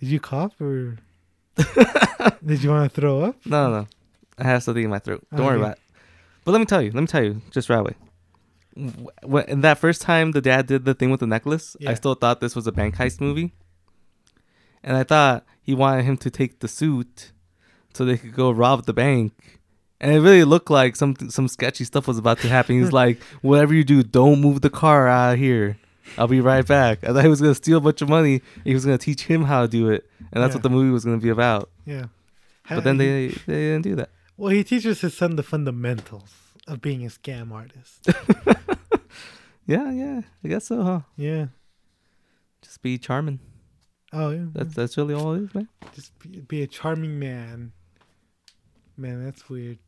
Speaker 1: Did you cough or did you want to throw up?
Speaker 2: No, no, no. I have something in my throat. Don't worry
Speaker 1: Okay.
Speaker 2: about it. But let me tell you. Let me tell you. Just right away. When, and that first time the dad did the thing with the necklace,
Speaker 1: Yeah.
Speaker 2: I still thought this was a bank heist movie. And I thought he wanted him to take the suit so they could go rob the bank. And it really looked like some some sketchy stuff was about to happen. He's like, "Whatever you do, don't move the car out of here. I'll be right back." I thought he was gonna steal a bunch of money. He was gonna teach him how to do it, and that's
Speaker 1: Yeah.
Speaker 2: what the movie was gonna be about.
Speaker 1: Yeah.
Speaker 2: But then they they didn't do that.
Speaker 1: Well, he teaches his son the fundamentals of being a scam artist.
Speaker 2: Yeah, yeah, I guess so, huh?
Speaker 1: yeah.
Speaker 2: Just be charming.
Speaker 1: Oh, yeah.
Speaker 2: That's that's really all it is, man.
Speaker 1: Just be, be a charming man. Man, that's weird.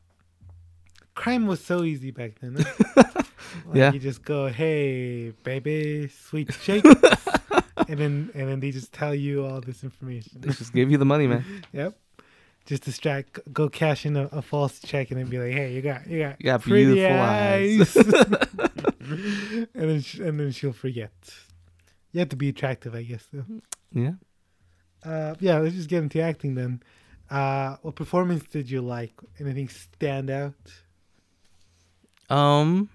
Speaker 1: Crime was so easy back then. huh? Like,
Speaker 2: Yeah.
Speaker 1: You just go, hey, baby, sweet shake. and then and then they just tell you all this information.
Speaker 2: They just gave you the money, man.
Speaker 1: Yep. Just distract, go cash in a, a false check, and then be like, "Hey, you got, you got,
Speaker 2: You got beautiful eyes.
Speaker 1: and then, sh- and then she'll forget. You have to be attractive, I guess. Though.
Speaker 2: Yeah.
Speaker 1: Uh, yeah, let's just get into acting then. Uh, what performance did you like? Anything stand out?
Speaker 2: Um.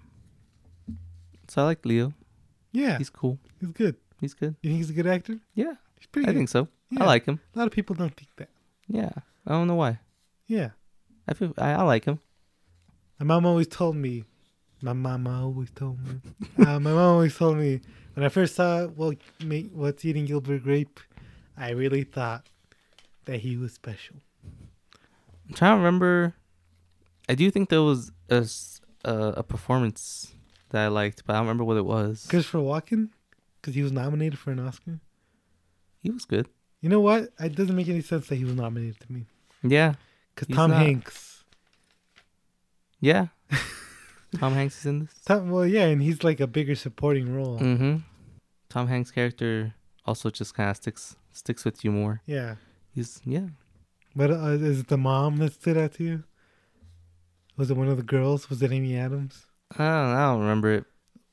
Speaker 2: So I like Leo.
Speaker 1: Yeah,
Speaker 2: He's
Speaker 1: he's,
Speaker 2: cool.
Speaker 1: good.
Speaker 2: He's good.
Speaker 1: You think he's a good actor?
Speaker 2: Yeah,
Speaker 1: He's pretty.
Speaker 2: I
Speaker 1: good.
Speaker 2: think so.
Speaker 1: Yeah.
Speaker 2: I like him.
Speaker 1: A lot of people don't think that.
Speaker 2: Yeah. I don't know why.
Speaker 1: Yeah,
Speaker 2: I feel I, I like him.
Speaker 1: my mom always told me. My mama always told me. uh, my mom always told me when I first saw what make what's eating Gilbert Grape, I really thought that he was special.
Speaker 2: I'm trying to remember. I do think there was a s- a, a performance that I liked, but I don't remember what it was.
Speaker 1: Christopher Walken, because he was nominated for an Oscar.
Speaker 2: He was good.
Speaker 1: You know what? It doesn't make any sense that he was nominated to me.
Speaker 2: Yeah.
Speaker 1: Because
Speaker 2: He's
Speaker 1: Tom
Speaker 2: not-
Speaker 1: Hanks.
Speaker 2: Yeah. Tom Hanks is in this.
Speaker 1: Tom, well, yeah, and he's like a bigger supporting role.
Speaker 2: Mm-hmm. Tom Hanks' character also just kind of sticks sticks with you more.
Speaker 1: Yeah.
Speaker 2: He's yeah.
Speaker 1: But uh, is it the mom that stood out to you? Was it one of the girls? Was it Amy Adams?
Speaker 2: I don't, I don't remember it.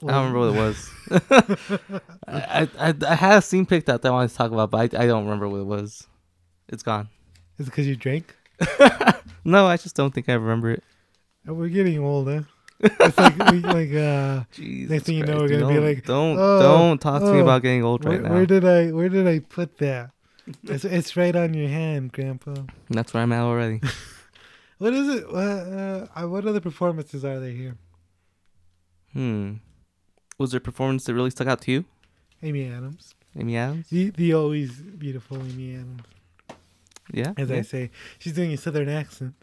Speaker 2: I
Speaker 1: Well-
Speaker 2: don't remember what it was. I, I I had a scene picked out that I wanted to talk about, but I, I don't remember what it was. It's gone.
Speaker 1: Is it because you drank?
Speaker 2: No, I just don't think I remember it.
Speaker 1: And Uh, We're getting older. It's like we like uh
Speaker 2: Jesus
Speaker 1: next thing you know
Speaker 2: Christ,
Speaker 1: we're gonna be
Speaker 2: don't-
Speaker 1: like
Speaker 2: don't
Speaker 1: "Oh,
Speaker 2: don't talk to me
Speaker 1: oh,
Speaker 2: about getting old right
Speaker 1: where,
Speaker 2: now.
Speaker 1: Where did I where did I put that? It's it's right on your hand, Grandpa.
Speaker 2: That's where I'm at already.
Speaker 1: What is it? Uh, uh, uh, what other performances are there here?
Speaker 2: hmm. Was there a performance that really stuck out to you,
Speaker 1: Amy Adams,
Speaker 2: Amy Adams?
Speaker 1: the the always beautiful Amy Adams.
Speaker 2: Yeah.
Speaker 1: As
Speaker 2: yeah.
Speaker 1: I say, she's doing a southern accent.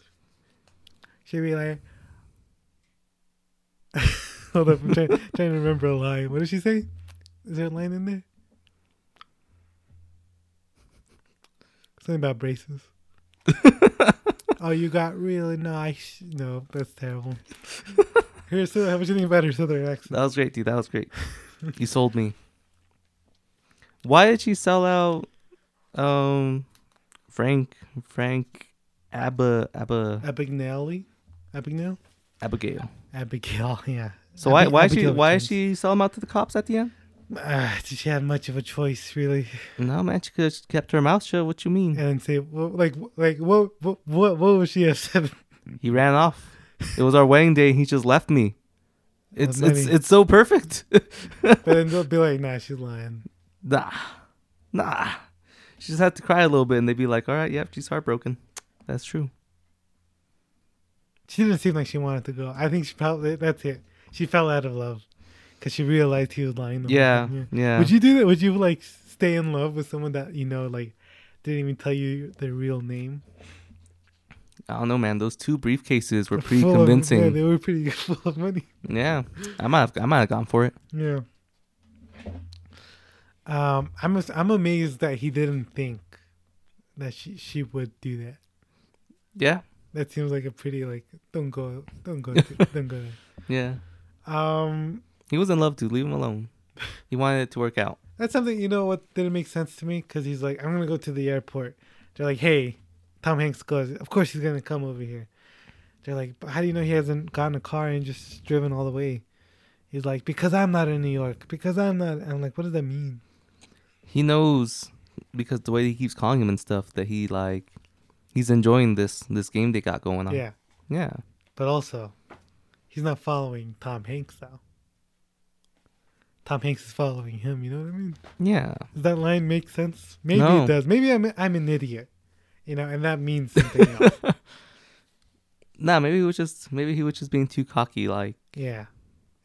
Speaker 1: She'd be like, "Hold up, I'm trying, trying to remember a line. What did she say? Is there a line in there? Something about braces." oh, you got really nice. No, that's terrible. Her, so, how much you think about her southern accent?
Speaker 2: That was great, dude. That was great. you sold me. Why did she sell out um Frank Frank Abba Abba
Speaker 1: Abignelli, Abignel,
Speaker 2: Abigail?
Speaker 1: Abigail. Yeah.
Speaker 2: So why
Speaker 1: Abi-
Speaker 2: why she
Speaker 1: Abigail
Speaker 2: why
Speaker 1: Jones.
Speaker 2: she sell him out to the cops at the end?
Speaker 1: Uh, did she have much of a choice, really?
Speaker 2: No man, she could have kept her mouth shut. What you mean?
Speaker 1: and say well, like like what what what what was she upset?
Speaker 2: He ran off. It was our wedding day. He just left me. It's
Speaker 1: Well,
Speaker 2: it's
Speaker 1: maybe-
Speaker 2: it's so perfect.
Speaker 1: But then they'll be like, nah, she's lying.
Speaker 2: nah, nah. She just had to cry a little bit, and they'd be like, "All right, yep, she's heartbroken. That's true."
Speaker 1: She didn't seem like she wanted to go. I think she probably that's it. She fell out of love because she realized he was lying. the whole
Speaker 2: Yeah,
Speaker 1: time,
Speaker 2: yeah.
Speaker 1: Would you do that? Would you like stay in love with someone that you know like didn't even tell you their real name?
Speaker 2: I don't know, man. Those two briefcases were pretty
Speaker 1: Full of-
Speaker 2: convincing.
Speaker 1: yeah, they were pretty full of money.
Speaker 2: Yeah, I might have, I might have gone for it.
Speaker 1: Yeah. Um, I'm as- I'm amazed that he didn't think that she she would do that.
Speaker 2: Yeah,
Speaker 1: That seems like a pretty like don't go don't go to- don't go. There.
Speaker 2: yeah.
Speaker 1: Um,
Speaker 2: He was in love, dude. Leave him alone. He wanted it to work out.
Speaker 1: that's something you know what didn't make sense to me because he's like I'm gonna go to the airport. They're like, hey, Tom Hanks goes. Of course he's gonna come over here. They're like, but how do you know he hasn't gotten a car and just driven all the way? He's like, because I'm not in New York. Because I'm not. I'm like, what does that mean?
Speaker 2: He knows because the way he keeps calling him and stuff that he like, he's enjoying this this game they got going on.
Speaker 1: Yeah,
Speaker 2: yeah.
Speaker 1: but also, he's not following Tom Hanks though. Tom Hanks is following him. You know what I mean?
Speaker 2: Yeah.
Speaker 1: Does that line make sense? Maybe
Speaker 2: No.
Speaker 1: it does. Maybe I'm I'm an idiot, you know, and that means something else.
Speaker 2: Nah, maybe he was just maybe he was just being too cocky. Like,
Speaker 1: Yeah,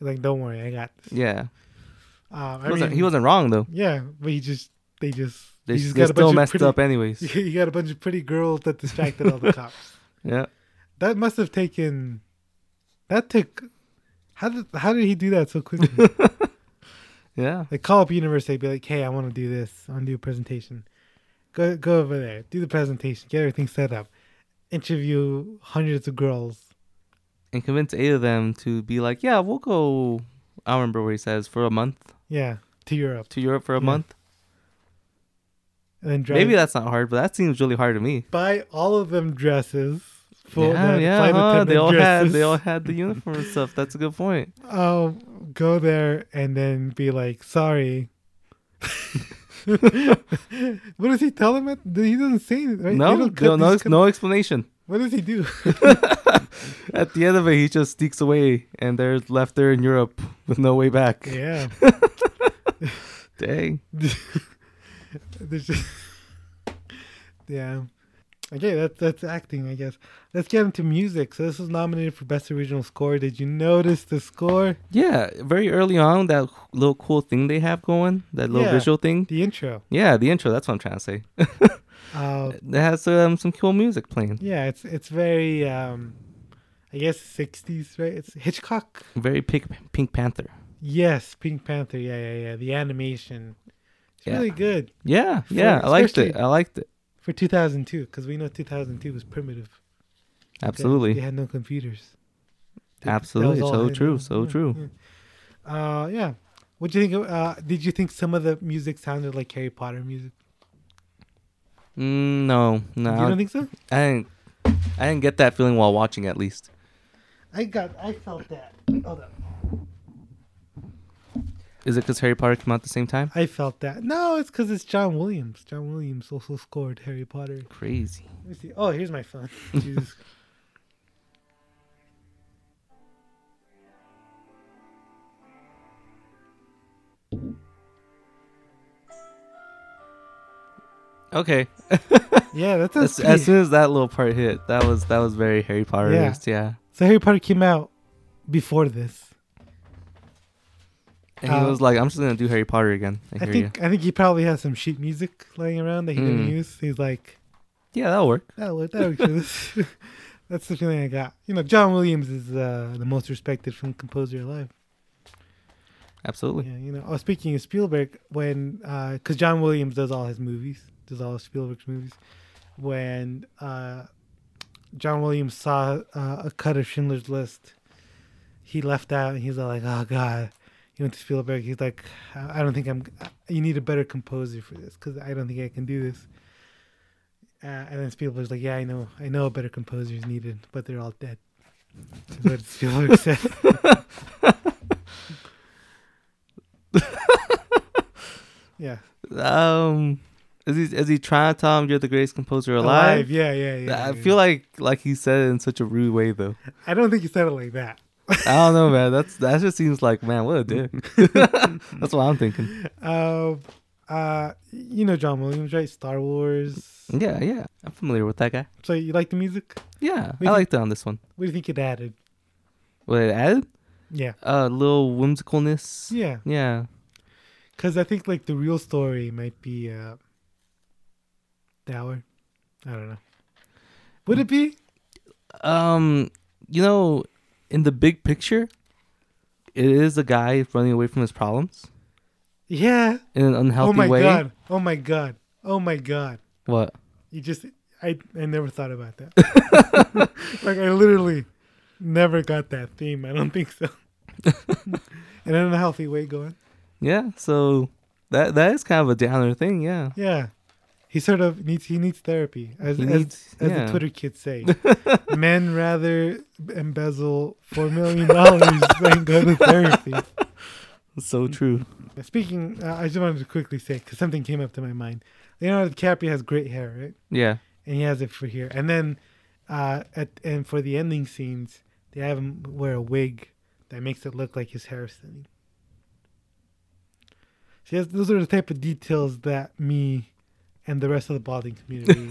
Speaker 1: like don't worry, I got. This.
Speaker 2: yeah,
Speaker 1: Um, I
Speaker 2: he wasn't,
Speaker 1: mean,
Speaker 2: he wasn't wrong though.
Speaker 1: Yeah, but he just they just
Speaker 2: They,
Speaker 1: he
Speaker 2: s-
Speaker 1: just
Speaker 2: they
Speaker 1: got a
Speaker 2: still
Speaker 1: bunch of
Speaker 2: messed
Speaker 1: pretty,
Speaker 2: up anyways.
Speaker 1: You got a bunch of pretty girls that distracted all the cops.
Speaker 2: yeah,
Speaker 1: That must have taken. That took. How did how did he do that so quickly?
Speaker 2: yeah.
Speaker 1: like call up university, be like, hey, I want to do this. I want to do a presentation. Go go over there, do the presentation, get everything set up, interview hundreds of girls.
Speaker 2: And convince eight of them to be like, yeah, we'll go. I don't remember what he says for a month
Speaker 1: Yeah, to Europe.
Speaker 2: to Europe for a month.
Speaker 1: And then drive,
Speaker 2: Maybe that's not hard, but that seems really hard to me.
Speaker 1: buy all of them dresses. Full
Speaker 2: Yeah,
Speaker 1: that
Speaker 2: yeah,
Speaker 1: flight
Speaker 2: huh? they
Speaker 1: attendant
Speaker 2: all had
Speaker 1: dresses.
Speaker 2: they all had the uniform and stuff. That's a good point.
Speaker 1: Um, go there and then be like, sorry. what does he tell them? At? He doesn't say it, right? They
Speaker 2: No,
Speaker 1: don't
Speaker 2: no,
Speaker 1: cut
Speaker 2: no,
Speaker 1: these cut-
Speaker 2: no explanation.
Speaker 1: What does he do?
Speaker 2: At the end of it, he just sneaks away, and they're left there in Europe with no way back.
Speaker 1: yeah.
Speaker 2: Dang.
Speaker 1: There's just- yeah. Okay, that's that's acting, I guess. Let's get into music. So this was nominated for best original score. Did you notice the score?
Speaker 2: Yeah, very early on, that little cool thing they have going, that little
Speaker 1: Yeah.
Speaker 2: visual thing.
Speaker 1: The intro.
Speaker 2: Yeah, the intro. That's what I'm trying to say.
Speaker 1: Uh,
Speaker 2: It has um, some cool music playing.
Speaker 1: yeah, it's it's very um, I guess sixties, right? It's Hitchcock.
Speaker 2: Very Pink, Pink Panther.
Speaker 1: Yes, Pink Panther. Yeah, yeah, yeah. The animation. It's
Speaker 2: Yeah.
Speaker 1: really good
Speaker 2: Yeah, yeah. I liked it.
Speaker 1: especially-
Speaker 2: I liked it.
Speaker 1: for 2002 because we know 2002 was primitive. They- They,
Speaker 2: Absolutely,
Speaker 1: had no computers. They- that was
Speaker 2: absolutely.
Speaker 1: all
Speaker 2: So
Speaker 1: hand-
Speaker 2: true. So
Speaker 1: yeah,
Speaker 2: true.
Speaker 1: yeah. Uh, yeah. What do you think? of- Uh, did you think some of the music sounded like Harry Potter music?
Speaker 2: Mm, no, no.
Speaker 1: You don't think so?
Speaker 2: I didn't. I didn't get that feeling while watching. At least.
Speaker 1: I got. I felt that. Hold up.
Speaker 2: Is it because Harry Potter came out at the same time?
Speaker 1: I felt that. No, it's because it's John Williams. John Williams also scored Harry Potter.
Speaker 2: Crazy.
Speaker 1: Let me see. Oh, here's my phone. Jesus.
Speaker 2: Okay.
Speaker 1: Yeah, that's
Speaker 2: As, as soon as that little part hit, that was that was very Harry Potter. Yeah. yeah.
Speaker 1: So Harry Potter came out before this.
Speaker 2: And he
Speaker 1: Uh,
Speaker 2: was like, "I'm just gonna do Harry Potter again." I,
Speaker 1: I
Speaker 2: hear
Speaker 1: think I think he probably has some sheet music laying around that he didn't
Speaker 2: Mm.
Speaker 1: use. He's like,
Speaker 2: you. Yeah, that'll work.
Speaker 1: that would that would do this. That's the feeling I got. You know, John Williams is uh, the most respected film composer alive.
Speaker 2: Absolutely.
Speaker 1: Yeah, you know. Oh, speaking of Spielberg, when because John Williams does all his movies, does all of Spielberg's movies. When uh, John Williams saw uh, a cut of Schindler's List, he left out and he's all like, "Oh God." He went to Spielberg. He's like, "I I don't think I'm. You need a better composer for this because I don't think I can do this." Uh, and then Spielberg's like, "Yeah, I know. I know a better composer is needed, but they're all dead." Is what Spielberg said. yeah.
Speaker 2: Um, is he is he trying to tell him you're the greatest composer alive?
Speaker 1: Yeah, yeah, yeah.
Speaker 2: I
Speaker 1: yeah.
Speaker 2: feel like like he said it in such a rude way though.
Speaker 1: I don't think he said it like that.
Speaker 2: I don't know, man. That's that just seems like man, what a dick. That's what I'm thinking.
Speaker 1: Uh, uh, you know John Williams, right? Star Wars.
Speaker 2: Yeah, yeah. I'm familiar with that guy.
Speaker 1: So you like the music?
Speaker 2: Yeah,
Speaker 1: We
Speaker 2: I
Speaker 1: can-
Speaker 2: liked it on this one.
Speaker 1: What do you think it added?
Speaker 2: What it added?
Speaker 1: Yeah,
Speaker 2: A little whimsicalness.
Speaker 1: yeah.
Speaker 2: Yeah.
Speaker 1: Because I think like the real story might be uh, dour. I don't know. Would it be?
Speaker 2: Um, you know, in the big picture, it is a guy running away from his problems
Speaker 1: Yeah.
Speaker 2: in an unhealthy
Speaker 1: oh my
Speaker 2: way.
Speaker 1: god. Oh my god. Oh my god.
Speaker 2: What?
Speaker 1: You just I I never thought about that. like I literally never got that theme. I don't think so. In an unhealthy way going.
Speaker 2: Yeah. So that that is kind of a downer thing. Yeah.
Speaker 1: Yeah. He sort of needs he needs therapy. As
Speaker 2: He
Speaker 1: as,
Speaker 2: needs-
Speaker 1: as
Speaker 2: yeah.
Speaker 1: the Twitter kids say. Men rather embezzle four million dollars than go to therapy.
Speaker 2: So true.
Speaker 1: Speaking, uh, I just wanted to quickly say because something came up to my mind. Leonardo DiCaprio has great hair, right?
Speaker 2: Yeah.
Speaker 1: and he has it for here. And then, uh, at and for the ending scenes, they have him wear a wig that makes it look like his hair is thinning. See, that's- those are the type of details that me and the rest of the balding community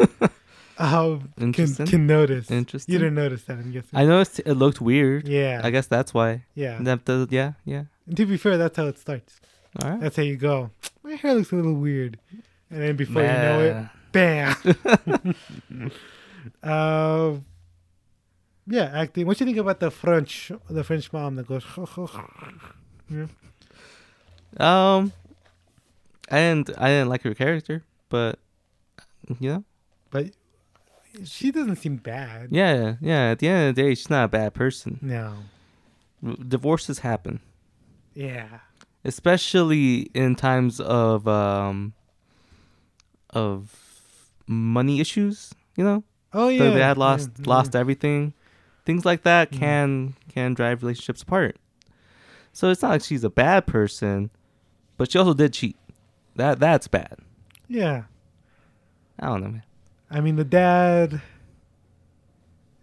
Speaker 1: um, can,
Speaker 2: Interesting.
Speaker 1: can notice.
Speaker 2: Interesting.
Speaker 1: You didn't notice that, I'm guessing.
Speaker 2: I noticed it looked weird.
Speaker 1: yeah,
Speaker 2: I guess that's why.
Speaker 1: yeah.
Speaker 2: That does, yeah, yeah.
Speaker 1: And to be fair, that's how it starts.
Speaker 2: All right.
Speaker 1: That's how you go. My hair looks a little weird, and then before you know it,
Speaker 2: Nah.
Speaker 1: Bam. uh, yeah, acting. What you think about the French, the French mom that goes?
Speaker 2: Um, I didn't, I didn't like her character, but you know,
Speaker 1: but she doesn't seem bad.
Speaker 2: yeah, yeah. At the end of the day, she's not a bad person.
Speaker 1: No.
Speaker 2: R- Divorces happen,
Speaker 1: Yeah.
Speaker 2: especially in times of um of money issues. You know,
Speaker 1: Oh
Speaker 2: They-
Speaker 1: yeah.
Speaker 2: they had lost
Speaker 1: Yeah, Mm-hmm.
Speaker 2: lost everything. Things like that can can drive relationships apart. So it's not like she's a bad person, but she also did cheat. That that's bad.
Speaker 1: Yeah.
Speaker 2: I don't know, man.
Speaker 1: I mean, the dad.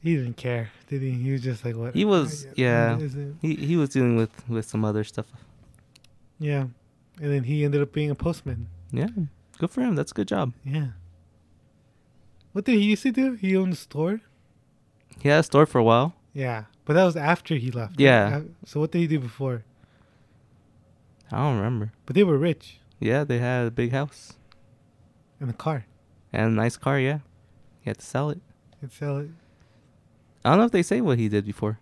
Speaker 1: He didn't care, did he? He was just like, what?
Speaker 2: He was yeah.
Speaker 1: Is it-
Speaker 2: He he was dealing with with some other stuff.
Speaker 1: Yeah. And then he ended up being a postman.
Speaker 2: Yeah, good for him. That's a good job.
Speaker 1: Yeah. What did he used to do? He owned a store.
Speaker 2: He had a store for a while.
Speaker 1: Yeah, but that was after he left. right?
Speaker 2: Yeah.
Speaker 1: Uh, So what did he do before?
Speaker 2: I don't remember.
Speaker 1: But they were rich
Speaker 2: Yeah, they had a big house
Speaker 1: in the car.
Speaker 2: and a nice car. Yeah, he had to sell it.
Speaker 1: It's sell it.
Speaker 2: I don't know if they say what he did before.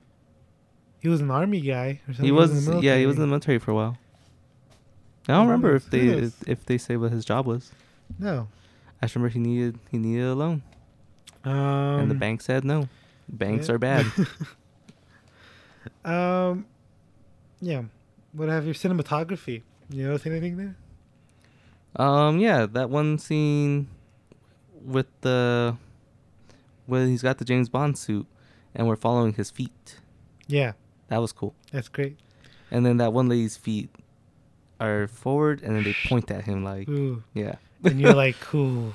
Speaker 1: He was an army guy or something.
Speaker 2: he was yeah, he was in the
Speaker 1: military.
Speaker 2: military for a while.
Speaker 1: Who
Speaker 2: I don't remember
Speaker 1: knows?
Speaker 2: if
Speaker 1: Who
Speaker 2: they
Speaker 1: knows?
Speaker 2: if, if they say what his job was.
Speaker 1: No.
Speaker 2: I just remember he needed he needed a loan,
Speaker 1: Um,
Speaker 2: and the bank said no. Banks
Speaker 1: yeah.
Speaker 2: are bad.
Speaker 1: Um, yeah. What have your cinematography? You notice anything there?
Speaker 2: Um, yeah, that one scene with the where he's got the James Bond suit and we're following his feet.
Speaker 1: Yeah,
Speaker 2: That was cool.
Speaker 1: that's great.
Speaker 2: And then that one lady's feet are forward and then they point at him like,
Speaker 1: Ooh,
Speaker 2: yeah.
Speaker 1: and you're like, cool.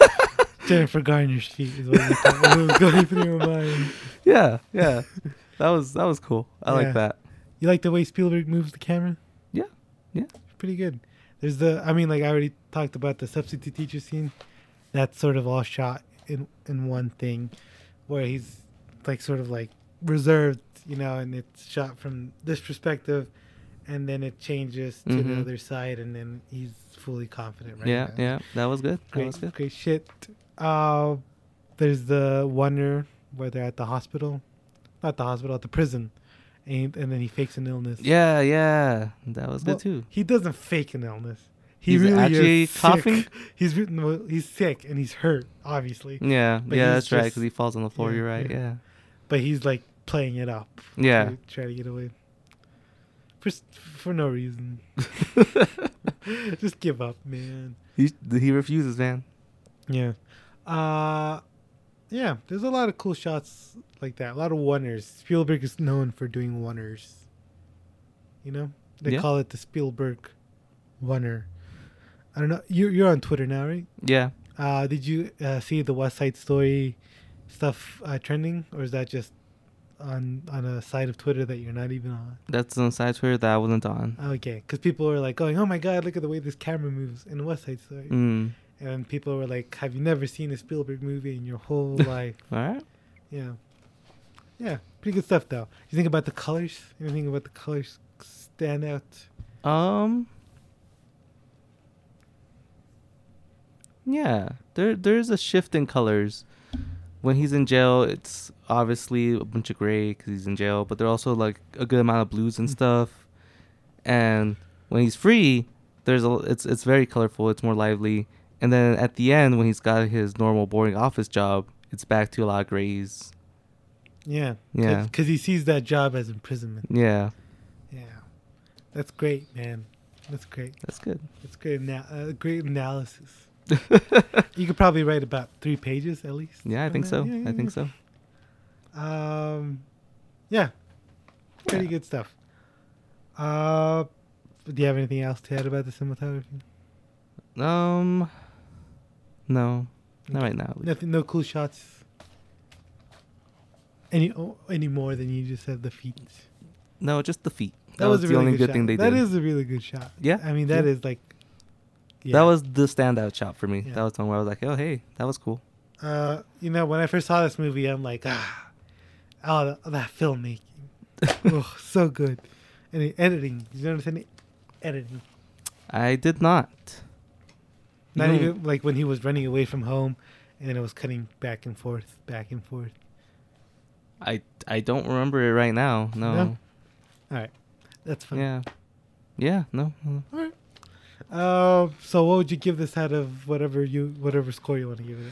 Speaker 1: Jennifer Garner's feet is what you thought was going through my mind.
Speaker 2: Yeah, yeah. that was that was cool. I
Speaker 1: Yeah.
Speaker 2: like that.
Speaker 1: You like the way Spielberg moves the camera?
Speaker 2: Yeah. Yeah.
Speaker 1: It's pretty good. There's the I mean like I already talked about the substitute teacher scene. that's sort of all shot in in one thing, where he's like sort of like reserved, you know, and it's shot from this perspective, and then it changes to the
Speaker 2: Mhm.
Speaker 1: other side, and then he's fully confident. Right
Speaker 2: yeah,
Speaker 1: now.
Speaker 2: yeah, that was good. That
Speaker 1: great,
Speaker 2: was good.
Speaker 1: great shit. Uh, there's the wonder where they're at the hospital, not the hospital, at the prison, and and then he fakes an illness.
Speaker 2: Yeah, yeah, that was
Speaker 1: Well,
Speaker 2: good too.
Speaker 1: He doesn't fake an illness. He
Speaker 2: He's
Speaker 1: really
Speaker 2: actually
Speaker 1: is sick.
Speaker 2: coughing?
Speaker 1: He's re- no, he's sick and he's hurt, obviously.
Speaker 2: Yeah,
Speaker 1: but
Speaker 2: yeah,
Speaker 1: he's
Speaker 2: that's right, 'cause right.
Speaker 1: just-
Speaker 2: Because he falls on the floor.
Speaker 1: yeah,
Speaker 2: you're right. Yeah,
Speaker 1: But he's like playing it up.
Speaker 2: yeah.
Speaker 1: To try to get away. For s- for no reason. Just give up, man.
Speaker 2: He he refuses, man.
Speaker 1: Yeah. Uh yeah, there's a lot of cool shots like that. A lot of wonders. Spielberg is known for doing wonders. You know? They
Speaker 2: Yeah.
Speaker 1: call it the Spielberg wonder. I don't know. You you're on Twitter now, right?
Speaker 2: Yeah.
Speaker 1: Uh, did you uh, see the West Side Story stuff uh, trending, or is that just on on a side of Twitter that you're not even on?
Speaker 2: That's on side Twitter that I wasn't on.
Speaker 1: Okay, because people were like going, "Oh my God, look at the way this camera moves in West Side Story,"
Speaker 2: Mm.
Speaker 1: and then people were like, "Have you never seen a Spielberg movie in your whole life?"
Speaker 2: All right.
Speaker 1: Yeah, yeah, pretty good stuff though. You think about the colors? Anything about the colors stand out?
Speaker 2: Um. Yeah, there there's a shift in colors. When he's in jail, it's obviously a bunch of gray because he's in jail, but there are also like a good amount of blues and stuff. And when he's free, there's a it's it's very colorful. It's more lively. And then at the end, when he's got his normal boring office job, it's back to a lot of grays.
Speaker 1: Yeah,
Speaker 2: Yeah.
Speaker 1: because he sees that job as imprisonment.
Speaker 2: Yeah,
Speaker 1: Yeah, that's great, man. That's great.
Speaker 2: that's good.
Speaker 1: That's great. Ana- uh, great analysis. you could probably write about three pages at least.
Speaker 2: Yeah, I
Speaker 1: on
Speaker 2: think
Speaker 1: that.
Speaker 2: so.
Speaker 1: Yeah,
Speaker 2: I
Speaker 1: yeah,
Speaker 2: think so.
Speaker 1: yeah. Um, yeah, pretty good stuff. Uh, do you have anything else to add about the cinematography?
Speaker 2: Um, no, not right now. at least.
Speaker 1: Nothing. No cool shots. Any oh, any more than you just said the feet.
Speaker 2: No, just the feet. That, was,
Speaker 1: a
Speaker 2: the only good
Speaker 1: shot.
Speaker 2: thing they
Speaker 1: That
Speaker 2: did.
Speaker 1: is a really good shot.
Speaker 2: Yeah,
Speaker 1: I mean that
Speaker 2: yeah.
Speaker 1: is like.
Speaker 2: That was the standout shot for me.
Speaker 1: Yeah.
Speaker 2: That was the one where I was like, oh, hey, that was cool.
Speaker 1: uh, you know, when I first saw this movie, I'm like, ah, oh, that, that filmmaking, oh, so good, and the editing. You notice any editing?
Speaker 2: I did not.
Speaker 1: Not
Speaker 2: Mm.
Speaker 1: even like when he was running away from home, and then it was cutting back and forth, back and forth.
Speaker 2: I, I don't remember it right now. No.
Speaker 1: All right, that's fine.
Speaker 2: Yeah. Yeah, no. no.
Speaker 1: Uh, so what would you give this out of whatever you whatever score you want to give it?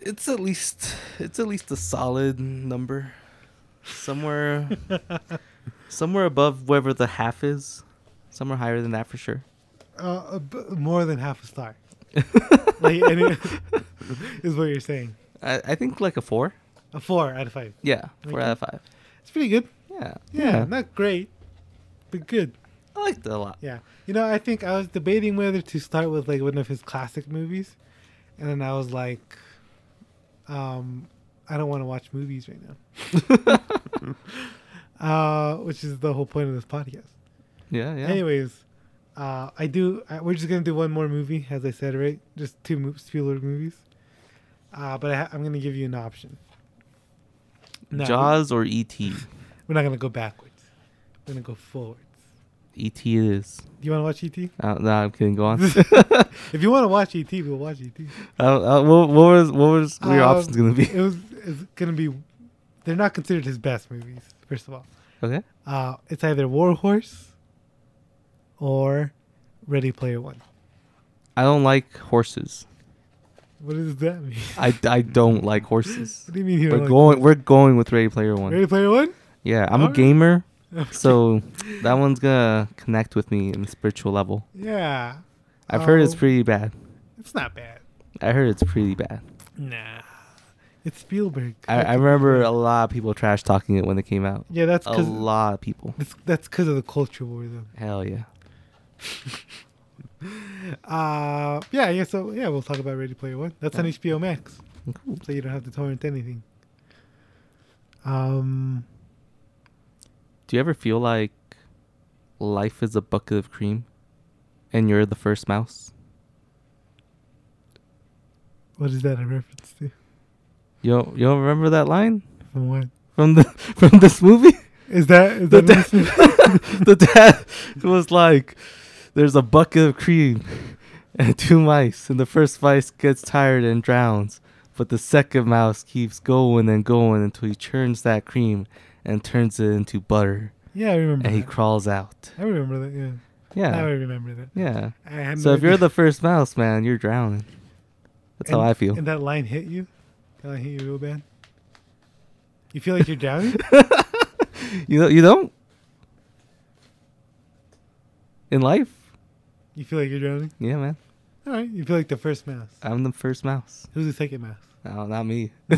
Speaker 1: at?
Speaker 2: It's at least it's at least a solid number. Somewhere somewhere above wherever the half is. Somewhere higher than that for sure.
Speaker 1: Uh, a b- more than half a star. like, and it- is what you're saying.
Speaker 2: I, I think like a four.
Speaker 1: A four out of five.
Speaker 2: Yeah. Four
Speaker 1: Okay.
Speaker 2: out of five.
Speaker 1: It's pretty good.
Speaker 2: Yeah.
Speaker 1: Yeah, not great, but good.
Speaker 2: I liked it a lot.
Speaker 1: Yeah, you know, I think I was debating whether to start with like one of his classic movies, and then I was like, um, I don't want to watch movies right now, uh, which is the whole point of this podcast.
Speaker 2: Yeah, yeah.
Speaker 1: Anyways, uh, I do. I, we're just gonna do one more movie, as I said, right? Just two mo- Spielberg movies. Uh, but I ha- I'm gonna give you an option. No,
Speaker 2: Jaws or E E.T.?
Speaker 1: we're not gonna go backwards. We're gonna go forwards.
Speaker 2: E.T. E it is.
Speaker 1: Do you want to watch ET?
Speaker 2: Uh, no, I'm kidding. Go on.
Speaker 1: If you want to watch ET, we'll watch ET.
Speaker 2: Uh, uh, what, what was what was your
Speaker 1: Um,
Speaker 2: options gonna be?
Speaker 1: It was it's gonna be. They're not considered his best movies. First of all,
Speaker 2: Okay.
Speaker 1: uh, it's either War Horse or Ready Player One.
Speaker 2: I don't like horses.
Speaker 1: What does that mean?
Speaker 2: I, I don't like horses.
Speaker 1: What do you mean here?
Speaker 2: We're going we're going with Ready Player One.
Speaker 1: Ready Player One.
Speaker 2: Yeah, I'm a
Speaker 1: Alright.
Speaker 2: gamer, so that one's gonna connect with me in the spiritual level.
Speaker 1: Yeah,
Speaker 2: I've heard it's
Speaker 1: Oh.
Speaker 2: pretty bad.
Speaker 1: it's not bad.
Speaker 2: I heard it's pretty bad.
Speaker 1: Nah, it's Spielberg.
Speaker 2: I, I remember a lot of people trash talking it when it came out.
Speaker 1: yeah, that's
Speaker 2: A
Speaker 1: because
Speaker 2: lot of people.
Speaker 1: that's because of the culture war, though.
Speaker 2: Hell yeah.
Speaker 1: Uh, yeah, yeah. So yeah, we'll talk about Ready Player One. That's on HBO Max,
Speaker 2: Oh. Cool.
Speaker 1: so you don't have to torrent anything. Um,
Speaker 2: Do you ever feel like life is a bucket of cream, and you're the first mouse?
Speaker 1: What is that a reference to?
Speaker 2: You don't, you don't remember that line
Speaker 1: From what?
Speaker 2: from the from this movie?
Speaker 1: Is that is
Speaker 2: The
Speaker 1: that in this movie?
Speaker 2: the dad was like, "There's a bucket of cream and two mice, and the first mice gets tired and drowns, but the second mouse keeps going and going until he churns that cream and turns it into butter,
Speaker 1: Yeah, I remember.
Speaker 2: and he
Speaker 1: That.
Speaker 2: crawls out."
Speaker 1: I remember that. Yeah. Now I
Speaker 2: Yeah,
Speaker 1: remember Uh-huh. that.
Speaker 2: yeah.
Speaker 1: I had
Speaker 2: So
Speaker 1: no
Speaker 2: if you're
Speaker 1: idea.
Speaker 2: the first mouse, man, you're drowning. That's how
Speaker 1: And-
Speaker 2: I feel.
Speaker 1: And that line hit you. That line hit you real bad. You feel like you're drowning.
Speaker 2: You don't- you don't in life,
Speaker 1: you feel like you're drowning.
Speaker 2: yeah, man.
Speaker 1: All right. You feel like the first mouse.
Speaker 2: I'm the first mouse.
Speaker 1: Who's the second mouse?
Speaker 2: No, not me.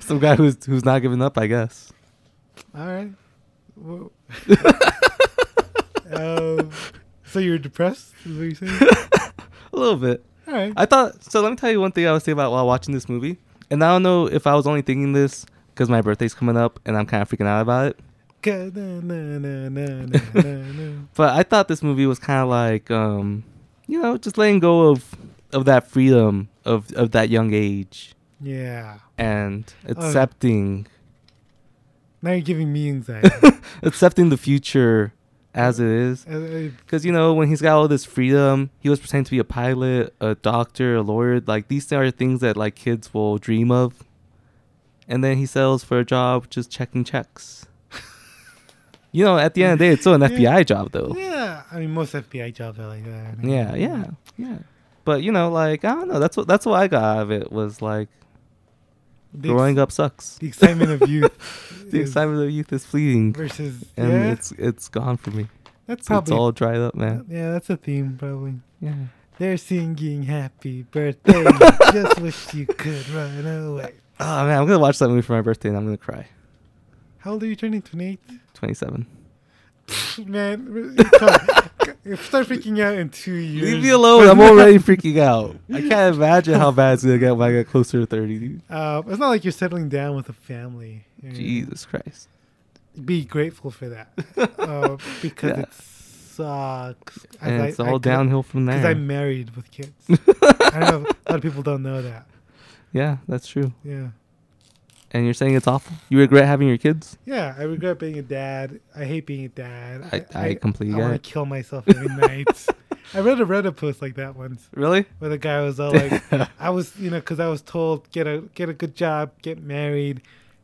Speaker 2: Some guy who's who's not giving up, I guess.
Speaker 1: All right. Well, um, so you're depressed? Is what you're saying?
Speaker 2: A little bit.
Speaker 1: All right.
Speaker 2: I thought so. Let me tell you one thing I was thinking about while watching this movie, and I don't know if I was only thinking this because my birthday's coming up and I'm kind of freaking out about it.
Speaker 1: Ga- na- na- na- na- na- na- na.
Speaker 2: But I thought this movie was kind of like, um, you know, just letting go of of that freedom of of that young age
Speaker 1: Yeah.
Speaker 2: and accepting
Speaker 1: Now you're giving me anxiety.
Speaker 2: accepting the future as it is.
Speaker 1: I- I-
Speaker 2: Because, you know, when he's got all this freedom, he was pretending to be a pilot, a doctor, a lawyer. Like, these are things that, like, kids will dream of. And then he settles for a job just checking checks. you know, at the end of the day, it's still an FBI job, though.
Speaker 1: yeah. I mean, most FBI jobs are like that. I mean,
Speaker 2: Yeah, yeah, yeah. But, you know, like, I don't know. That's what, that's what I got out of it was, like,
Speaker 1: The, ex-
Speaker 2: growing up sucks.
Speaker 1: the excitement of youth.
Speaker 2: The
Speaker 1: is
Speaker 2: excitement of youth is fleeting.
Speaker 1: Versus.
Speaker 2: And
Speaker 1: yeah.
Speaker 2: it's it's gone for me.
Speaker 1: that's
Speaker 2: It's
Speaker 1: probably.
Speaker 2: all dried up, man.
Speaker 1: yeah, that's a theme, probably.
Speaker 2: Yeah.
Speaker 1: They're singing happy birthday. Just wish you could run away.
Speaker 2: Oh, man, I'm going to watch that movie for my birthday and I'm going to cry.
Speaker 1: How old are you turning? 28?
Speaker 2: 27.
Speaker 1: Man, re- come on. start freaking out in two years.
Speaker 2: Leave me alone. I'm already freaking out. I can't imagine how bad it's gonna get when I get closer to thirty.
Speaker 1: Uh, it's not like you're settling down with a family. you know.
Speaker 2: Jesus Christ.
Speaker 1: Be grateful for that uh, because
Speaker 2: Yeah.
Speaker 1: it sucks.
Speaker 2: And it's all downhill from
Speaker 1: Because
Speaker 2: there.
Speaker 1: I'm married with kids. I don't know. if- A lot of people don't know that.
Speaker 2: yeah, that's true.
Speaker 1: Yeah.
Speaker 2: And you're saying it's awful. You regret having your kids.
Speaker 1: Yeah, I regret being a dad. I hate being a dad.
Speaker 2: I- I completely
Speaker 1: I
Speaker 2: get
Speaker 1: want
Speaker 2: it.
Speaker 1: to kill myself every night. I read a Reddit post like that once,
Speaker 2: Really?
Speaker 1: where the guy was all like, "I was, you know, because I was told get a get a good job, get married,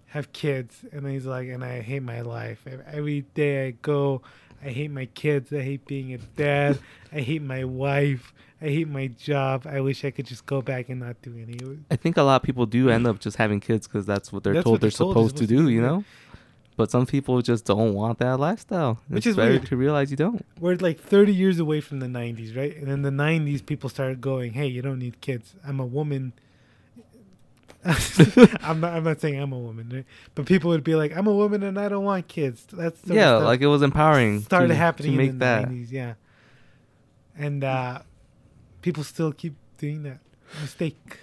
Speaker 1: have kids," and then he's like, "And I hate my life. Ev- Every day I go, I hate my kids. I hate being a dad. I hate my wife. I hate my job. I wish I could just go back and not do any of it."
Speaker 2: I think a lot of people do end up just having kids because that's what they're
Speaker 1: That's
Speaker 2: told
Speaker 1: what
Speaker 2: they're
Speaker 1: they're told
Speaker 2: supposed to
Speaker 1: they're
Speaker 2: do.
Speaker 1: supposed
Speaker 2: You
Speaker 1: to do.
Speaker 2: know. But some people just don't want that lifestyle.
Speaker 1: Which
Speaker 2: it's
Speaker 1: is
Speaker 2: better
Speaker 1: weird.
Speaker 2: to realize you don't.
Speaker 1: we're like 30 years away from the 90s, right? And in the 90s, people started going, "Hey, you don't need kids. I'm a woman." I'm not. I'm not saying I'm a woman, right? but people would be like, "I'm a woman and I don't want kids." That's sort of
Speaker 2: Yeah,
Speaker 1: stuff
Speaker 2: like it was empowering.
Speaker 1: started
Speaker 2: to,
Speaker 1: happening
Speaker 2: to make
Speaker 1: in the
Speaker 2: that.
Speaker 1: 90s. Yeah, and uh, people still keep doing that mistake.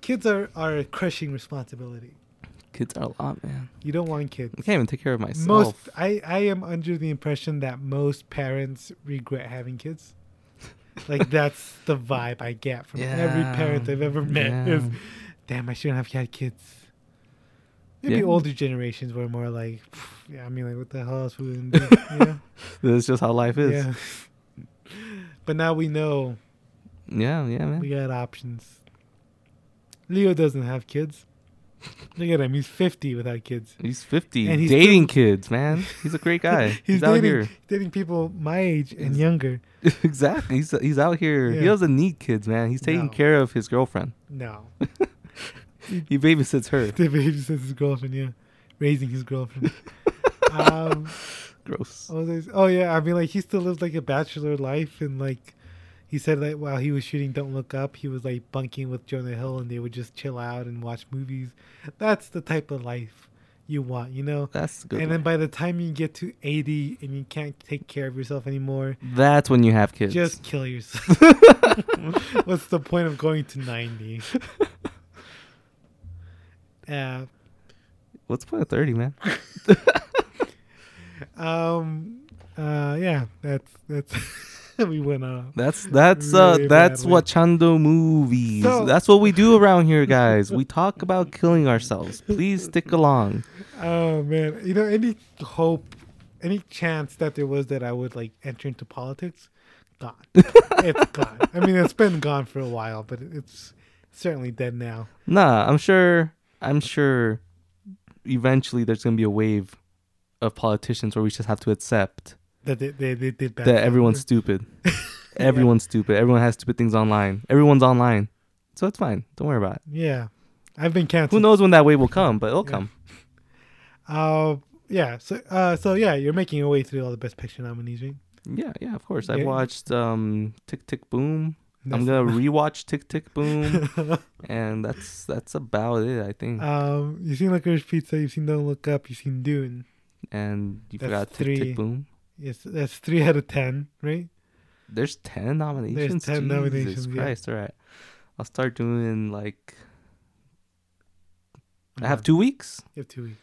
Speaker 1: Kids are are a crushing responsibility.
Speaker 2: Kids are a lot, man.
Speaker 1: You don't want kids.
Speaker 2: I can't even take care of myself.
Speaker 1: Most I I am under the impression that most parents regret having kids. Like that's the vibe I get from every
Speaker 2: Yeah.
Speaker 1: parent I've ever met
Speaker 2: Yeah.
Speaker 1: is, damn, I shouldn't have had kids. Maybe
Speaker 2: Yeah.
Speaker 1: older generations were more like, "Pff, yeah, I mean, like, what the hell else we gonna do? You know?
Speaker 2: That's just how life is.
Speaker 1: yeah. But now we know
Speaker 2: Yeah, yeah, man.
Speaker 1: we got options. Leo doesn't have kids. Look at him; he's fifty without kids.
Speaker 2: He's 50,
Speaker 1: And he's
Speaker 2: dating kids, man. He's a great guy. he's,
Speaker 1: He's,
Speaker 2: out
Speaker 1: dating
Speaker 2: here.
Speaker 1: dating people my age and
Speaker 2: He's-
Speaker 1: younger.
Speaker 2: exactly. He's he's out here. He
Speaker 1: Yeah.
Speaker 2: doesn't need kids, man. He's taking
Speaker 1: No.
Speaker 2: care of his girlfriend.
Speaker 1: No.
Speaker 2: He babysits her.
Speaker 1: The baby says his girlfriend, yeah. Raising his girlfriend. um,
Speaker 2: Gross.
Speaker 1: what was I s- oh, yeah. I mean, like, he still lived like a bachelor life. And, like, he said that while he was shooting Don't Look Up, he was, like, bunking with Jonah Hill and they would just chill out and watch movies. That's the type of life you want, you know?
Speaker 2: That's good.
Speaker 1: and then by the time you get to 80 and you can't take care of yourself anymore,
Speaker 2: That's when you have kids.
Speaker 1: just kill yourself. What's the point of going to 90? Uh,
Speaker 2: What's the point of 30, man?
Speaker 1: Um. Uh. Yeah. That's that's. we went on.
Speaker 2: That's that's uh
Speaker 1: Really
Speaker 2: that's
Speaker 1: badly.
Speaker 2: what Chando movies.
Speaker 1: So-
Speaker 2: that's what we do around here, guys. we talk about killing ourselves. Please stick along.
Speaker 1: Oh man, you know any hope, any chance that there was that I would like enter into politics, gone. it's gone. I mean, it's been gone for a while, but it's certainly dead now.
Speaker 2: Nah, I'm sure. I'm sure. Eventually, there's gonna be a wave of politicians where we just have to accept
Speaker 1: That they they, they did that.
Speaker 2: that everyone's stupid. Everyone's stupid. Everyone has stupid things online. Everyone's online, so it's fine. Don't worry about it.
Speaker 1: Yeah, I've been
Speaker 2: Who
Speaker 1: canceled.
Speaker 2: knows when that wave will come, but it'll come.
Speaker 1: Uh, yeah. So uh, so yeah, you're making your way through all the best picture nominees, right?
Speaker 2: Yeah, yeah, of course.
Speaker 1: Yeah.
Speaker 2: I've watched um Tick Tick Boom. I'm gonna rewatch Tick Tick Boom, and that's that's about it, I think.
Speaker 1: Um, you've seen Licorice Pizza, you've seen Don't Look Up, you've seen Dune.
Speaker 2: and you
Speaker 1: that's
Speaker 2: forgot Tick
Speaker 1: three.
Speaker 2: Tick Boom.
Speaker 1: Yes, that's three out of ten, right?
Speaker 2: There's ten nominations.
Speaker 1: 10
Speaker 2: Jesus
Speaker 1: nominations, yeah.
Speaker 2: Christ! All right, I'll start doing like. I
Speaker 1: Yeah.
Speaker 2: have two weeks,
Speaker 1: You have two weeks.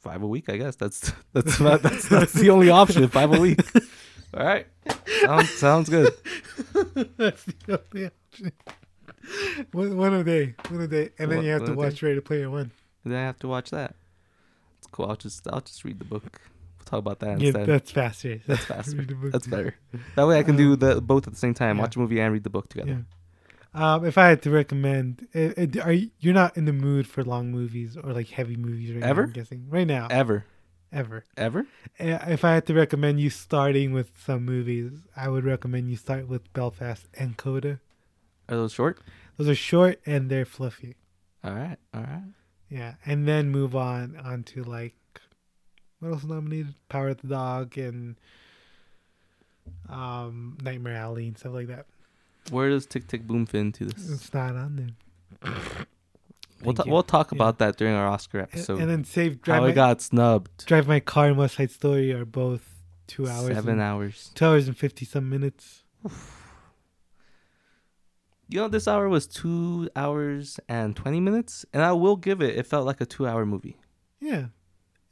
Speaker 2: five a week. I guess that's that's about, that's, that's the only option. Five a week. All right, sounds sounds good.
Speaker 1: That's the only option. One, one a day, one a day, and then
Speaker 2: One-
Speaker 1: you have
Speaker 2: one
Speaker 1: to
Speaker 2: a day.
Speaker 1: watch Ready Player One.
Speaker 2: Then I have to watch that. It's cool. I'll just I'll just read the book. We'll talk about that
Speaker 1: Yeah,
Speaker 2: instead.
Speaker 1: that's faster.
Speaker 2: That's faster.
Speaker 1: Read the book. Um,
Speaker 2: That's better. That way I can do the both at the same time.
Speaker 1: yeah.
Speaker 2: Watch a movie and read the book
Speaker 1: Yeah.
Speaker 2: together.
Speaker 1: Um, if I had to recommend, eh, eh, d- are you, you're not in the mood for long movies or like heavy movies right
Speaker 2: Ever?
Speaker 1: now? I'm guessing right now,
Speaker 2: Ever.
Speaker 1: ever.
Speaker 2: Ever?
Speaker 1: Eh, If I had to recommend you starting with some movies, I would recommend you start with Belfast and Coda.
Speaker 2: Are those short?
Speaker 1: Those are short and they're fluffy.
Speaker 2: All right. All right.
Speaker 1: Yeah, and then move on onto like what else is nominated? Power of the Dog and um Nightmare Alley and stuff like that.
Speaker 2: Where does Tick Tick Boom fit into this?
Speaker 1: It's not on there.
Speaker 2: We'll,
Speaker 1: Thank
Speaker 2: ta-
Speaker 1: you.
Speaker 2: we'll talk about that during our Oscar
Speaker 1: And,
Speaker 2: episode.
Speaker 1: and then Save Drive
Speaker 2: How
Speaker 1: My
Speaker 2: it got snubbed.
Speaker 1: Drive My Car and West Side Story are both two hours,
Speaker 2: Seven
Speaker 1: and,
Speaker 2: hours.
Speaker 1: two hours and fifty some minutes.
Speaker 2: You know, this hour was two hours and 20 minutes, and I will give it, it felt like a two hour movie.
Speaker 1: Yeah,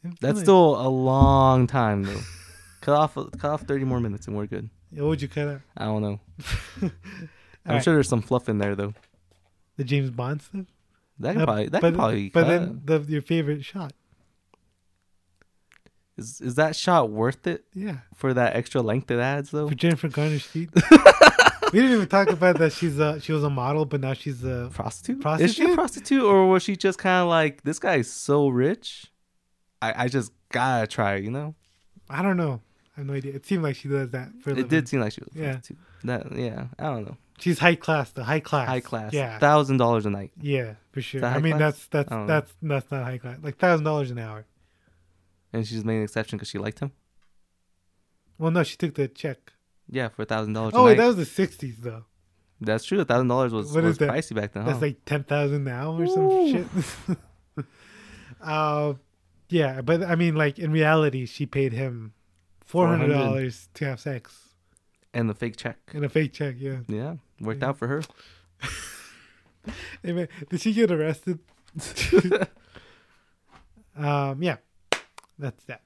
Speaker 1: It's
Speaker 2: That's
Speaker 1: nice.
Speaker 2: still a long time, though. cut, off, cut off 30 more minutes and we're good.
Speaker 1: What would you cut out?
Speaker 2: I don't know. I'm
Speaker 1: Alright.
Speaker 2: sure there's some fluff in there, though.
Speaker 1: The James Bond stuff.
Speaker 2: That can
Speaker 1: Uh,
Speaker 2: probably, that
Speaker 1: but,
Speaker 2: can probably
Speaker 1: but
Speaker 2: cut.
Speaker 1: then the, your favorite shot.
Speaker 2: Is is that shot worth it
Speaker 1: Yeah,
Speaker 2: for that extra length it adds though?
Speaker 1: for Jennifer Garner's feet. we didn't even talk about that. She's a she was a model, but now she's a
Speaker 2: Prostitute? Is she
Speaker 1: Prostitute?
Speaker 2: a prostitute or was she just kind of like this guy's so rich? I I just gotta try, you know.
Speaker 1: I don't know. I have no idea. It seemed like she does that for a
Speaker 2: It
Speaker 1: living.
Speaker 2: did seem like she was a
Speaker 1: Yeah.
Speaker 2: prostitute. That yeah, I don't know.
Speaker 1: She's high class, the high class.
Speaker 2: High class,
Speaker 1: Yeah.
Speaker 2: thousand dollars a night.
Speaker 1: yeah, for sure.
Speaker 2: that
Speaker 1: I
Speaker 2: high
Speaker 1: mean, that's
Speaker 2: class? I
Speaker 1: that's
Speaker 2: don't know.
Speaker 1: that's that's not high class. Like thousand dollars an hour.
Speaker 2: And she just made an exception because she liked him.
Speaker 1: Well, no, she took the check.
Speaker 2: Yeah, for thousand dollars.
Speaker 1: Oh,
Speaker 2: a
Speaker 1: wait,
Speaker 2: night.
Speaker 1: that was the sixties though.
Speaker 2: that's true. Thousand dollars was,
Speaker 1: What
Speaker 2: was
Speaker 1: is that?
Speaker 2: pricey back then. Huh?
Speaker 1: That's like ten thousand now or some shit. uh, yeah, but I mean, like in reality, she paid him four hundred dollars to have sex
Speaker 2: and the fake check.
Speaker 1: in a fake check. Yeah.
Speaker 2: Yeah, worked out for her.
Speaker 1: Hey, man, did she get arrested? um, yeah, that's that.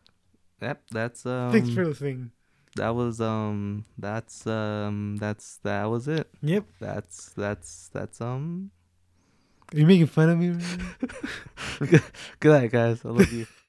Speaker 2: Yep, that's um.
Speaker 1: Thanks for listening.
Speaker 2: That was um. That's um. That's that was it.
Speaker 1: Yep.
Speaker 2: That's that's that's um.
Speaker 1: Are you making fun of me? Right now?
Speaker 2: Good night, guys. I love you.